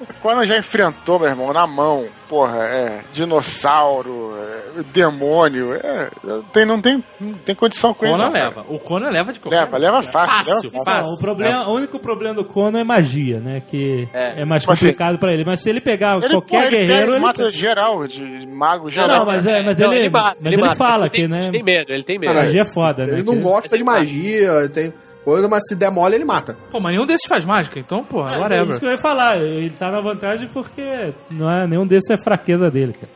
Speaker 5: O Conan já enfrentou, meu irmão, na mão. Porra, é dinossauro, é, demônio. É, tem, não, tem, não tem condição com ele.
Speaker 6: Conan
Speaker 5: não, cara.
Speaker 6: leva. O Conan leva de qualquer
Speaker 5: Leva, leva fácil.
Speaker 6: Fácil,
Speaker 5: leva
Speaker 2: Não, o, problema, o único problema do Cono é magia, né? Que é, mais
Speaker 5: Mas se-
Speaker 2: complicado pra ele. Mas se ele pegar
Speaker 5: Ele,
Speaker 2: qualquer
Speaker 5: porra, ele
Speaker 2: guerreiro,
Speaker 5: pega,
Speaker 2: ele...
Speaker 5: mata geral, de mago
Speaker 2: Não,
Speaker 5: geral.
Speaker 2: mas, é, mas
Speaker 4: Não,
Speaker 2: ele,
Speaker 4: mata,
Speaker 2: mas ele
Speaker 4: mata.
Speaker 2: fala
Speaker 4: Ele tem-
Speaker 2: que, né?
Speaker 4: Ele tem medo, ele tem medo.
Speaker 3: Caralho.
Speaker 2: Magia é foda, né?
Speaker 3: Ele não
Speaker 2: Que-
Speaker 3: gosta de magia, tem coisa, mas se der mole, ele mata.
Speaker 6: Pô, mas nenhum desses faz mágica, então, porra,
Speaker 2: É isso
Speaker 6: whatever.
Speaker 2: que eu ia falar. Ele tá na vantagem porque não é, nenhum desses é fraqueza dele, cara.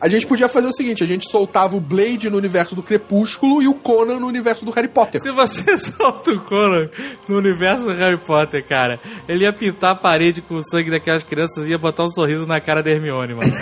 Speaker 3: A gente podia fazer o seguinte: a gente soltava o Blade no universo do Crepúsculo e o Conan no universo do Harry Potter.
Speaker 6: Se você solta o Conan no universo do Harry Potter, cara, ele ia pintar a parede com o sangue daquelas crianças e ia botar um sorriso na cara da Hermione, mano.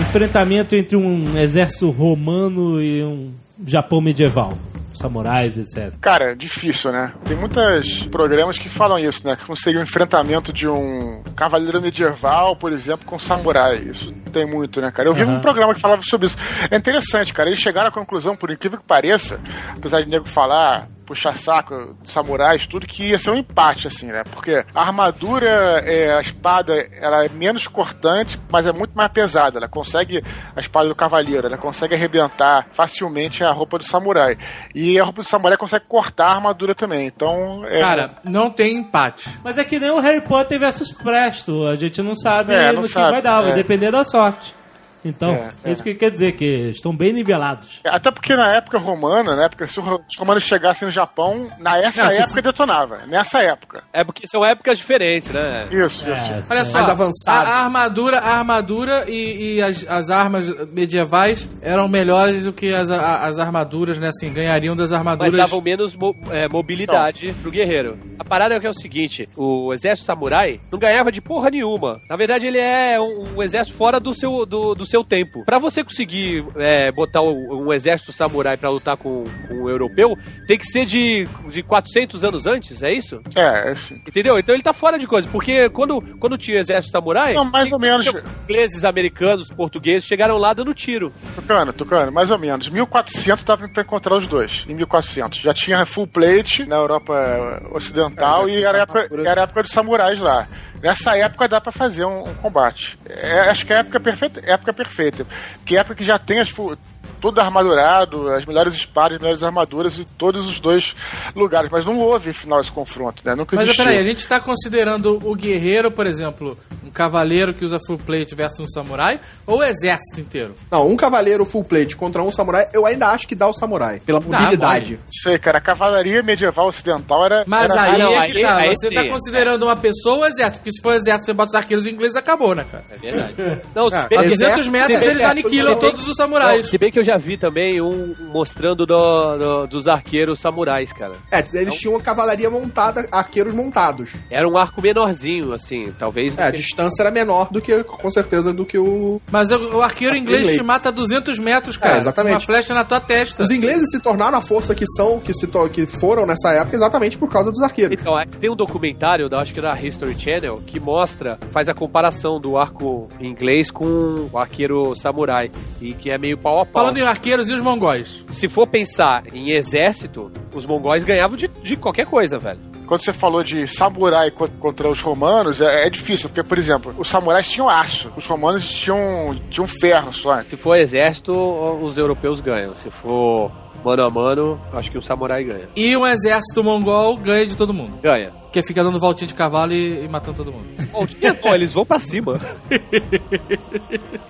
Speaker 2: Enfrentamento entre um exército romano e um Japão medieval. samurais, etc.
Speaker 5: Cara, difícil, né? Tem muitos programas que falam isso, né? Que não seria o enfrentamento de um cavaleiro medieval, por exemplo, com um samurai. Isso tem muito, né, cara? Eu vi
Speaker 2: Aham.
Speaker 5: um programa que falava sobre isso. É interessante, cara. Eles chegaram à conclusão, por incrível que pareça, apesar de nego falar. Puxar saco, samurais, tudo que ia ser um empate, assim, né? Porque a armadura, é, a espada, ela é menos cortante, mas é muito mais pesada. Ela consegue, a espada do cavaleiro, ela consegue arrebentar facilmente a roupa do samurai. E a roupa do samurai consegue cortar a armadura também. Então, é,
Speaker 6: Cara, não tem empate.
Speaker 2: Mas é que nem o Harry Potter versus Presto. A gente não sabe
Speaker 5: É,
Speaker 2: no
Speaker 5: não
Speaker 2: que
Speaker 5: sabe,
Speaker 2: vai dar, vai
Speaker 5: é.
Speaker 2: depender da sorte. Então,
Speaker 5: É,
Speaker 2: é isso que quer dizer, que estão bem nivelados.
Speaker 5: Até porque na época romana, né? Porque se os romanos chegassem no Japão, na essa
Speaker 6: Não, se-
Speaker 5: época detonava. Nessa época.
Speaker 4: É porque são épocas diferentes, né?
Speaker 5: Isso,
Speaker 2: É,
Speaker 5: isso.
Speaker 6: Olha só,
Speaker 3: Mais avançado.
Speaker 6: A, a armadura, a armadura e, e as, as armas medievais eram melhores do que as, a- as armaduras, né? Assim, ganhariam das
Speaker 4: Mas
Speaker 6: armaduras.
Speaker 4: davam menos mo- é, mobilidade pro guerreiro. A parada é que é o seguinte: o exército samurai não ganhava de porra nenhuma. Na verdade, ele é um, um exército fora do seu, do, do seu tempo. Pra você conseguir é, botar o- um exército samurai pra lutar com, com um europeu, tem que ser de, de 400 anos antes, é isso?
Speaker 5: É, assim.
Speaker 4: Entendeu? Então ele tá fora de coisa, porque quando, quando tinha o exército samurai,
Speaker 5: Não, mais ou menos.
Speaker 4: ingleses, americanos, portugueses chegaram lá dando tiro.
Speaker 5: Tucano, Tucano, mais ou menos. 1400 tava pra encontrar os dois. Em 1400. Já tinha full plate na Europa eh, Ocidental
Speaker 3: É, já
Speaker 5: e
Speaker 3: tinha
Speaker 5: era a
Speaker 3: armadura.
Speaker 5: época, era a época dos samurais lá. Nessa época dá pra fazer um, um combate. É, acho que é a época perfeita. Época perfeita. Que é a época que já tem as full. Todo armadurado, as melhores espadas, as melhores armaduras e todos os dois lugares. Mas não houve final esse confronto, né? Nunca
Speaker 6: Mas
Speaker 5: existiu.
Speaker 6: peraí, a gente tá considerando o guerreiro, por exemplo, um cavaleiro que usa full plate versus um samurai, ou o exército inteiro?
Speaker 3: Não, um cavaleiro full plate contra um samurai, eu ainda acho que dá o samurai, pela mobilidade.
Speaker 5: Não sei, cara. A cavalaria medieval ocidental era.
Speaker 6: Mas
Speaker 5: era-
Speaker 6: aí
Speaker 4: não,
Speaker 6: é
Speaker 4: aí-
Speaker 6: que tá,
Speaker 4: aí
Speaker 6: você
Speaker 4: sim.
Speaker 6: tá considerando uma pessoa ou o exército, porque se for exército, você bota os arqueiros ingleses e acabou, né, cara?
Speaker 4: É verdade. Não,
Speaker 3: Ah,
Speaker 4: se bem
Speaker 6: A
Speaker 4: que-
Speaker 3: exército-
Speaker 6: 300 metros
Speaker 3: se bem
Speaker 6: eles
Speaker 3: que é,
Speaker 6: aniquilam
Speaker 3: tudo bem.
Speaker 6: todos os samurais.
Speaker 4: Se bem que eu já vi também um mostrando do- do- dos arqueiros samurais, cara.
Speaker 3: É, eles tinham uma cavalaria montada, arqueiros montados.
Speaker 4: Era um arco menorzinho, assim, talvez.
Speaker 3: É, a distância era menor do que, com certeza, do que o.
Speaker 6: Mas o, o arqueiro inglês
Speaker 3: Inglês.
Speaker 6: te mata a 200 metros, cara.
Speaker 3: É, exatamente.
Speaker 6: Uma flecha na tua testa.
Speaker 3: Os ingleses se tornaram a força que são, que, se to- que foram nessa época, exatamente por causa dos arqueiros.
Speaker 4: Então, é, tem um documentário, da- acho que é da History Channel, que mostra, faz a comparação do arco inglês com o arqueiro samurai, e que é meio pau a pau.
Speaker 6: Falando em arqueiros e os mongóis.
Speaker 4: Se for pensar em exército, os mongóis ganhavam de, de qualquer coisa, velho.
Speaker 5: Quando você falou de samurai co- contra os romanos, é, é difícil, porque, por exemplo, os samurais tinham aço, os romanos tinham, tinham ferro só.
Speaker 4: Se for exército, os europeus ganham. Se for mano a mano, acho que o samurai ganha.
Speaker 6: E um exército mongol ganha de todo mundo.
Speaker 4: Ganha.
Speaker 6: Que fica dando voltinha de cavalo e, e matando todo mundo.
Speaker 4: Bom, não, eles vão pra cima.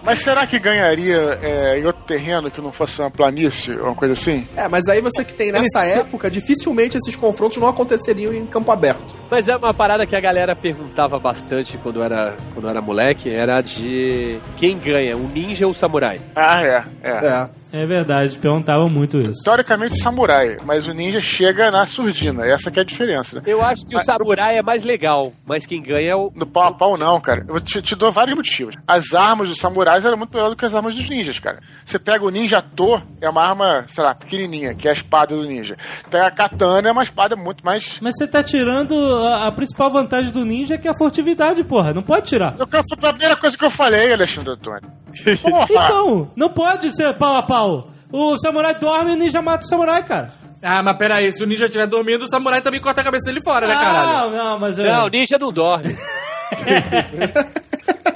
Speaker 5: Mas será que ganharia é, em outro terreno que não fosse uma planície ou uma coisa assim?
Speaker 3: É, mas aí você que tem nessa época, dificilmente esses confrontos não aconteceriam em campo aberto.
Speaker 4: Mas é uma parada que a galera perguntava bastante quando era, quando era moleque, era de quem ganha, um ninja ou um samurai?
Speaker 5: Ah, é, é.
Speaker 3: É.
Speaker 2: É verdade, perguntavam muito isso.
Speaker 5: Historicamente, samurai, mas o ninja chega na surdina, essa que é a diferença, né?
Speaker 4: Eu acho que o
Speaker 5: Mas-
Speaker 4: samurai é mais legal, mas quem ganha é o...
Speaker 5: No pau a pau, não, cara. Eu te, te dou vários motivos. As armas dos samurais eram muito melhor do que as armas dos ninjas, cara. Você pega o ninja Tô, é uma arma, sei lá, pequenininha, que é a espada do ninja. Pega a katana, é uma espada muito mais.
Speaker 2: Mas você tá tirando a, a principal vantagem do ninja, que é a furtividade, porra. Não pode tirar.
Speaker 5: Eu- Foi a primeira coisa que eu falei, Alexandre Antônio. Porra!
Speaker 2: Então, não pode ser pau a pau. O samurai dorme e o ninja mata o samurai, cara.
Speaker 6: Ah, mas peraí, se o ninja estiver dormindo, o samurai também corta a cabeça dele fora, né, caralho?
Speaker 2: Não, Ah, não, mas...
Speaker 4: Não, o ninja não dorme.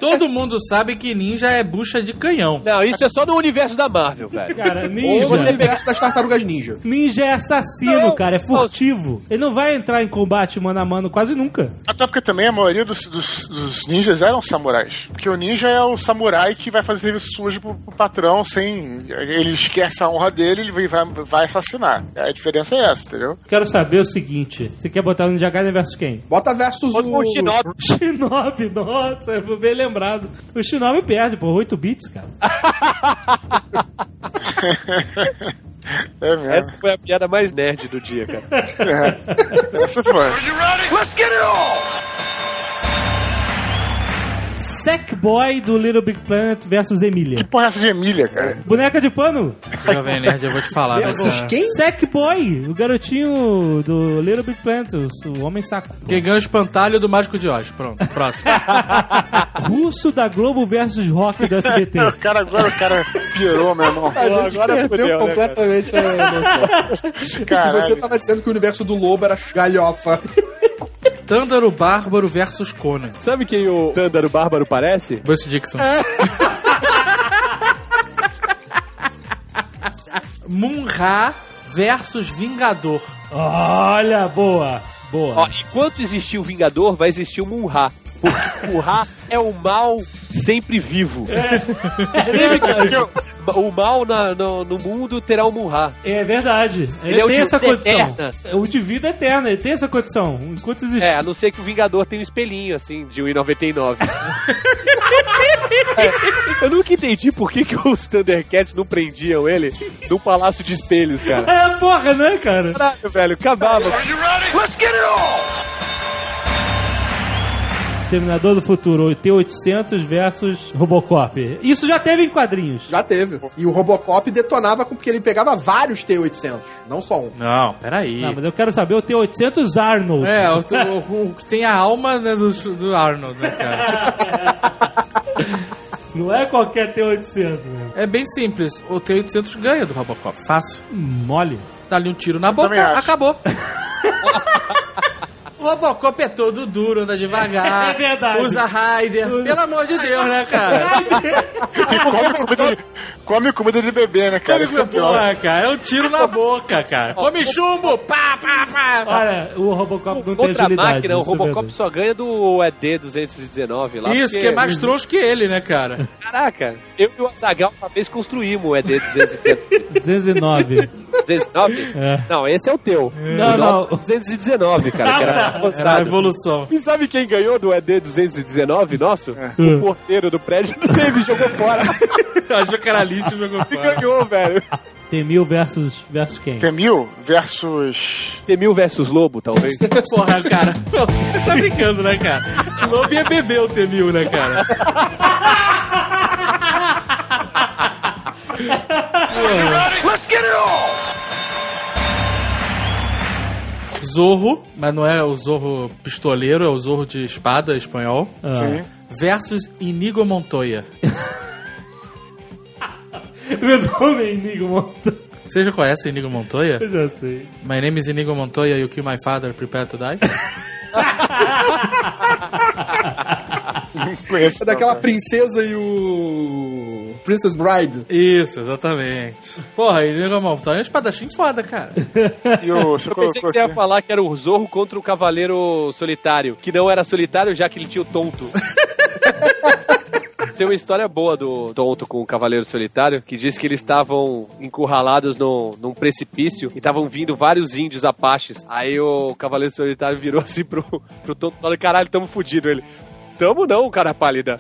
Speaker 6: Todo mundo sabe que ninja é bucha de canhão.
Speaker 4: Não, isso é só no universo da Marvel, velho.
Speaker 2: Cara,
Speaker 4: Ou
Speaker 2: ninja...
Speaker 3: O
Speaker 4: você
Speaker 3: universo das tartarugas ninja.
Speaker 2: Ninja é assassino,
Speaker 4: Não,
Speaker 2: cara, é
Speaker 4: não.
Speaker 2: furtivo. Ele não vai entrar em combate mano a mano quase nunca.
Speaker 5: Até porque também a maioria dos, dos- dos ninjas eram samurais. Porque o ninja é o samurai que vai fazer serviço sujo pro, pro patrão sem. Ele esquece a honra dele e vai, vai assassinar. A diferença é essa, entendeu?
Speaker 2: Quero saber o seguinte: você quer botar o Ninja Gaiden versus quem?
Speaker 3: Bota versus
Speaker 4: Quando
Speaker 3: o.
Speaker 4: o Shinobi...
Speaker 2: Shinobi, nossa, eu fui bem lembrado. O Shinobi perde, pô, 8 bits, cara.
Speaker 5: É mesmo.
Speaker 4: Essa foi a piada mais nerd do dia, cara.
Speaker 5: Essa foi.
Speaker 2: Sackboy do Little Big Planet versus
Speaker 5: Que
Speaker 2: Emília.
Speaker 5: porra é essa de Emília, cara?
Speaker 2: Boneca de pano?
Speaker 6: Jovem Nerd, eu vou te falar. vai
Speaker 3: Versus
Speaker 6: ser-
Speaker 3: quem?
Speaker 2: Sackboy, o garotinho do Little Big Planet, o- o homem saco.
Speaker 6: Quem ganha o espantalho do Mágico de Oz. Pronto, próximo.
Speaker 2: Russo da Globo versus Rock do SBT.
Speaker 5: O cara agora, o cara pirou, meu irmão.
Speaker 3: A gente perdeu
Speaker 4: agora fudeu, né,
Speaker 3: completamente a noção. E
Speaker 5: Caralho.
Speaker 3: você tava dizendo que o universo do lobo era galhofa.
Speaker 6: Tândaro Bárbaro versus Conan.
Speaker 4: Sabe quem o Tândaro Bárbaro parece?
Speaker 6: Bruce Dixon. Munra versus Vingador.
Speaker 2: Olha, boa, boa.
Speaker 4: Ó, enquanto existir o Vingador, vai existir o Munra. Porque o Munra é o mal sempre vivo.
Speaker 2: é, verdade.
Speaker 4: O mal na- no, no mundo terá o Munra.
Speaker 2: É verdade. Ele,
Speaker 4: Ele é o
Speaker 2: tem
Speaker 4: de
Speaker 2: essa
Speaker 4: vida
Speaker 2: condição.
Speaker 4: eterna.
Speaker 2: É O de vida eterna, ele tem essa condição. Enquanto existe.
Speaker 4: É, a não ser que o Vingador tenha um espelhinho, assim, de 1,99. É, eu nunca entendi por que, que os Thundercats não prendiam ele no Palácio de Espelhos, cara.
Speaker 2: É, porra, né, cara?
Speaker 4: Caralho, velho, acabava.
Speaker 2: Exterminador do Futuro, T-800 versus Robocop. Isso já teve em quadrinhos.
Speaker 3: Já teve. E o Robocop detonava com- porque ele pegava vários T-800, não só um.
Speaker 6: Não, peraí.
Speaker 2: Não, mas eu quero saber o T-800 Arnold.
Speaker 6: É, o, o- o que tem a alma né, do, do Arnold, né, cara?
Speaker 2: Não é qualquer T-800, né?
Speaker 6: É bem simples. O T-800 ganha do Robocop. Fácil.
Speaker 2: Hum, Mole.
Speaker 6: Dá-lhe um tiro na
Speaker 5: também
Speaker 6: boca,
Speaker 5: acho.
Speaker 6: acabou. O Robocop é todo duro, anda devagar.
Speaker 2: É verdade.
Speaker 6: Usa Raider. Pelo amor de Deus, né, cara?
Speaker 5: E come comida, de, come comida de bebê, né, cara? Isso que é o pior.
Speaker 6: Porra, cara, é um tiro na boca, cara. Come chumbo, pá, pá, pá.
Speaker 2: Olha, o Robocop não tem
Speaker 4: Outra
Speaker 2: agilidade.
Speaker 4: máquina, o
Speaker 2: isso é
Speaker 4: Robocop
Speaker 2: verdade.
Speaker 4: só ganha do ED-219 lá.
Speaker 6: Isso, que
Speaker 4: porque-
Speaker 6: é mais trouxa que ele, né, cara?
Speaker 4: Caraca, eu e o Azagal uma vez construímos o ED-219.
Speaker 2: 209. É.
Speaker 4: Não, esse é o teu.
Speaker 2: Não,
Speaker 4: o nosso é 219, cara, que era
Speaker 6: É na
Speaker 4: avançado.
Speaker 6: evolução.
Speaker 4: E sabe quem ganhou do ED 219 nosso?
Speaker 6: É.
Speaker 4: O porteiro do prédio do David jogou fora.
Speaker 6: Achou que era lixo e jogou
Speaker 4: E
Speaker 6: fora.
Speaker 4: ganhou, velho.
Speaker 2: T-1000 versus, versus quem?
Speaker 5: Temil versus.
Speaker 4: Temil versus Lobo, talvez.
Speaker 6: Porra, cara. Pô, Tá brincando, né, cara? Lobo ia beber o T-1000, né, cara? Zorro, mas não é o Zorro pistoleiro, é o Zorro de espada espanhol.
Speaker 2: Ah.
Speaker 5: Sim.
Speaker 6: Versus Inigo Montoya.
Speaker 2: Meu nome é Inigo Monta.
Speaker 6: Vocês já conhecem Inigo Montoya?
Speaker 2: Eu já sei.
Speaker 6: My name is Inigo Montoya, you kill my father, prepare to die.
Speaker 5: Conheço.
Speaker 3: É daquela princesa e o. Princess Bride.
Speaker 6: Isso, exatamente. Porra, Inigo Montoya é um espadachim foda, cara.
Speaker 5: E o, você
Speaker 4: Eu pensei que
Speaker 5: colocou
Speaker 4: você ia
Speaker 5: aqui.
Speaker 4: falar que era o Zorro contra o Cavaleiro Solitário, que não era solitário, já que ele tinha o Tonto. Tem uma história boa do Tonto com o Cavaleiro Solitário, que diz que eles estavam encurralados no, num precipício e estavam vindo vários índios apaches. Aí o Cavaleiro Solitário virou assim pro, pro Tonto e falou, caralho, tamo fudido. Ele, tamo não, cara pálida.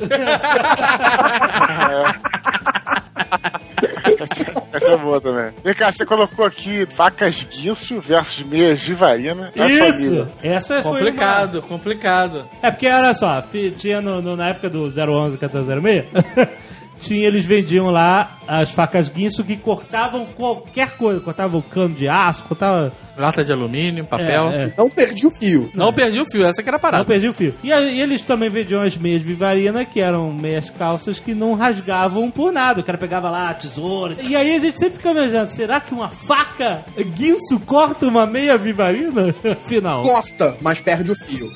Speaker 5: Essa é boa também. Vem cá, você colocou aqui facas guinso versus meias É givarina.
Speaker 4: É
Speaker 2: Isso! Essa foi uma-
Speaker 6: Complicado, complicado.
Speaker 2: É porque, olha só, fi- tinha no- no- na época do 011 1406, tinha, eles vendiam lá as facas guinso que cortavam qualquer coisa. Cortavam cano de aço, cortavam...
Speaker 6: Lata de alumínio, papel.
Speaker 2: É, é.
Speaker 3: Não Então perdi o fio.
Speaker 6: Não perdi o fio, essa que era a
Speaker 2: Não
Speaker 6: parada.
Speaker 2: perdi o fio. E, a- e eles também vendiam as meias vivarina, que eram meias calças que não rasgavam por nada. O cara pegava lá a tesoura. E aí a gente sempre fica imaginando, será que uma faca guinso corta uma meia vivarina? Final.
Speaker 3: Corta, mas perde o fio.